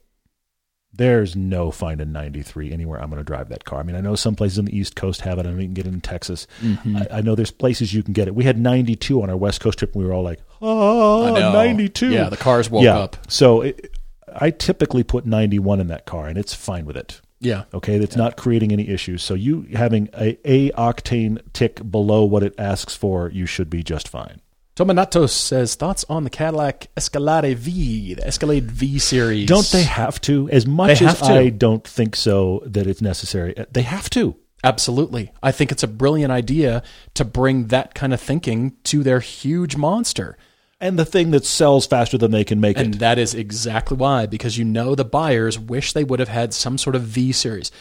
There's no finding 93 anywhere I'm going to drive that car. I mean, I know some places on the East Coast have it. I know you can get it in Texas.
Mm-hmm.
I, I know there's places you can get it. We had 92 on our West Coast trip, and we were all like, oh, 92.
Yeah, the cars woke
yeah.
up.
So it, I typically put 91 in that car, and it's fine with it.
Yeah.
Okay, that's not creating any issues. So you having a a octane tick below what it asks for, you should be just fine.
Tomanatos says thoughts on the Cadillac Escalade V, the Escalade V series.
Don't they have to? As much
They
as
have to.
I don't think so that it's necessary, uh, they have to.
Absolutely. I think it's a brilliant idea to bring that kind of thinking to their huge monster.
And the thing that sells faster than they can make
And
it.
that is exactly why, because you know the buyers wish they would have had some sort of V series.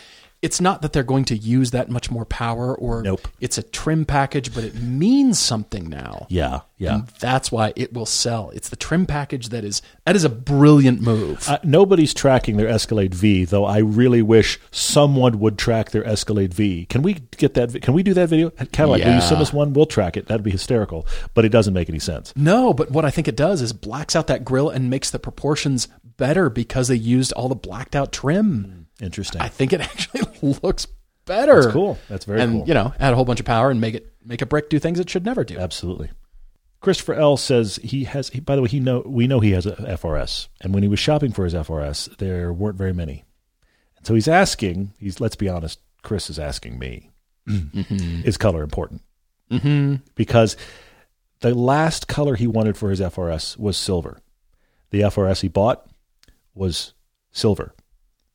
It's not that they're going to use that much more power or
Nope.
it's a trim package, but it means something now.
Yeah, yeah.
And that's why it will sell. It's the trim package that is that is a brilliant move.
Uh, nobody's tracking their Escalade V, though. I really wish someone would track their Escalade V. Can we get that? vi- Can we do that video? Cadillac, will you send
Yeah.
us one? We'll track it. That'd be hysterical, but it doesn't make any sense.
no, but what I think it does is blacks out that grill and makes the proportions better because they used all the blacked out trim.
Interesting.
I think it actually looks better.
Mm. That's cool. That's very
and
cool.
you know, add a whole bunch of power and make it make a brick do things it should never do.
Absolutely. Christopher L says he has. He, by the way, he know we know he has a FRS, and when he was shopping for his FRS, there weren't very many. And so he's asking. He's let's be honest, Chris is asking me is color important? Because the last color he wanted for his FRS was silver. The FRS he bought was silver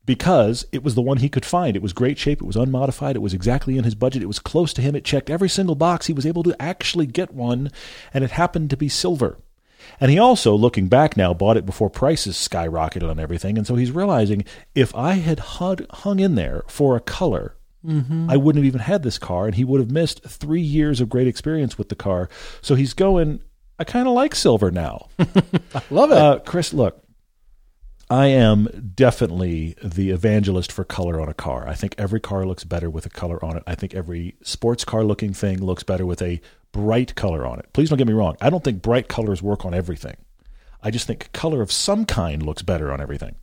because it was the one he could find. It was great shape. It was unmodified. It was exactly in his budget. It was close to him. It checked every single box. He was able to actually get one, and it happened to be silver. And he also, looking back now, bought it before prices skyrocketed on everything. And so he's realizing if I had hud- hung in there for a color, I wouldn't have even had this car, and he would have missed three years of great experience with the car. So he's going, I kind of like silver now.
Love it.
Uh, Chris, look, I am definitely the evangelist for color on a car. I think every car looks better with a color on it. I think every sports car looking thing looks better with a bright color on it. Please don't get me wrong. I don't think bright colors work on everything. I just think color of some kind looks better on everything.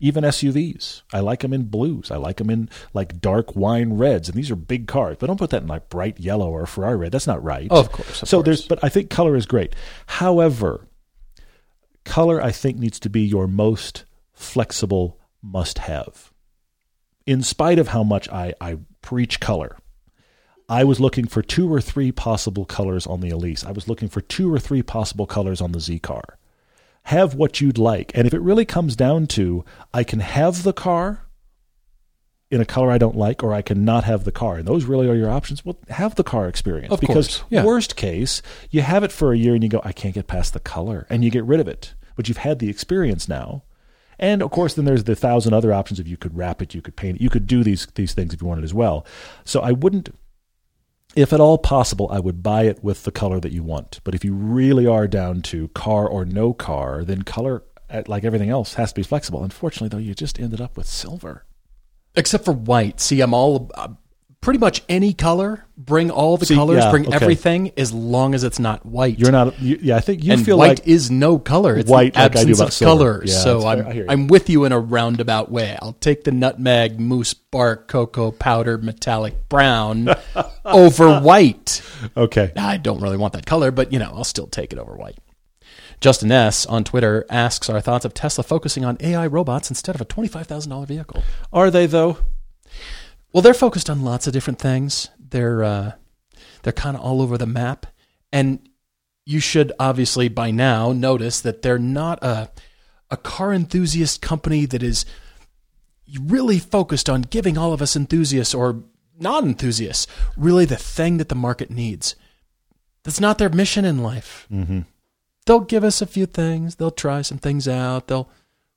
Even SUVs. I like them in blues. I like them in like dark wine reds. And these are big cars, but don't put that in like bright yellow or Ferrari red. That's not right.
Oh, of course, of
so
course.
there's, but I think color is great. However, color I think needs to be your most flexible must have. In spite of how much I, I preach color, I was looking for two or three possible colors on the Elise. I was looking for two or three possible colors on the Z car. Have what you'd like. And if it really comes down to I can have the car in a color I don't like, or I can not have the car, and those really are your options, well, have the car experience.
Of
because
course, yeah.
worst case, you have it for a year and you go, I can't get past the color, and you get rid of it. But you've had the experience now. And of course, then there's the thousand other options of you could wrap it, you could paint it, you could do these these things if you wanted as well. So I wouldn't if at all possible, I would buy it with the color that you want. But if you really are down to car or no car, then color, uh, like everything else, has to be flexible. Unfortunately, though, you just ended up with silver.
except for white. See, I'm all uh, pretty much any color. Bring all the
See,
colors.
yeah,
bring
okay.
everthing as long long as it's not white.
You're not. You, yeah, I think you
and
feel
white
like
is no color. It's
white
the
like I do
absence
about
of
silver.
color.
Yeah, that's
so
fair.
I'm
I hear you.
I'm with you in a roundabout way. I'll take the nutmeg, moose bark, cocoa powder, metallic brown over white.
okay.
I don't really want that color, but you know, I'll still take it over white. Justin S on Twitter asks our thoughts of Tesla focusing on AI robots instead of a $25,000 vehicle.
Are they though?
Well, they're focused on lots of different things. They're uh, they're kind of all over the map, and you should obviously by now notice that they're not a a car enthusiast company that is really focused on giving all of us enthusiasts or non-enthusiasts really the thing that the market needs. That's not their mission in life. Mm-hmm. They'll give us a few things. They'll try some things out. They'll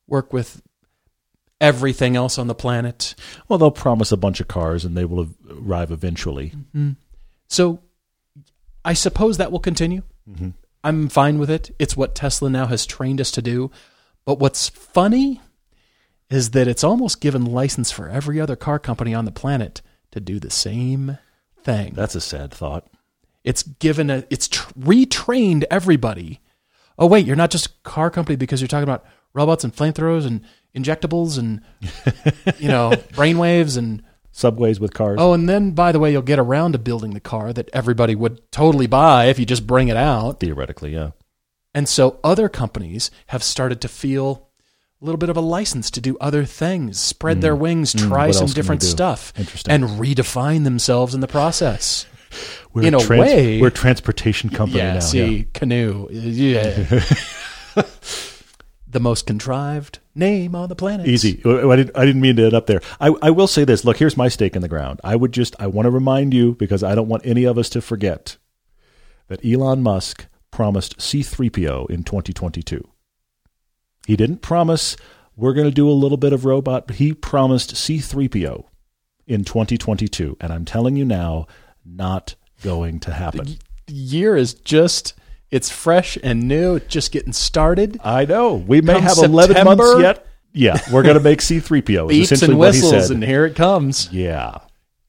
work with everything else on the planet.
Well, they'll promise a bunch of cars, and they will arrive eventually.
So I suppose that will continue. I'm fine with it. It's what Tesla now has trained us to do. But what's funny is that it's almost given license for every other car company on the planet to do the same thing.
That's a sad thought.
It's given a it's tr- retrained everybody. Oh wait, you're not just a car company because you're talking about robots and flamethrowers and injectables and you know, brainwaves and
Subways with cars.
Oh, and then by the way, you'll get around to building the car that everybody would totally buy if you just bring it out.
Theoretically, yeah.
And so other companies have started to feel a little bit of a license to do other things, spread their wings, try
Mm. What
some
else can we
different
do?
stuff,
Interesting.
and redefine themselves in the process.
We're
In a
trans-
way-
we're a transportation company
yeah,
now.
see,
yeah.
canoe. Yeah. the most contrived name on the planet.
Easy. I didn't, I didn't mean to end up there. I, I will say this. Look, here's my stake in the ground. I would just, I want to remind you because I don't want any of us to forget that Elon Musk promised C3PO in 2022. He didn't promise we're going to do a little bit of robot, but he promised C3PO in 2022. And I'm telling you now, not going to happen.
The year is just it's fresh and new, just getting started.
I know. We may
Come
have 11 months
September-
yet. Yeah, we're going to make C3PO. is
Beeps
essentially
and
what he
whistles,
said.
and here it comes.
yeah.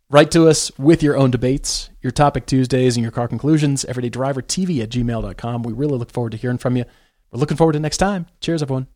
Write to us with your own debates, your topic Tuesdays, and your car conclusions. EverydayDriverTV at gmail.com. We really look forward to hearing from you. We're looking forward to next time. Cheers, everyone.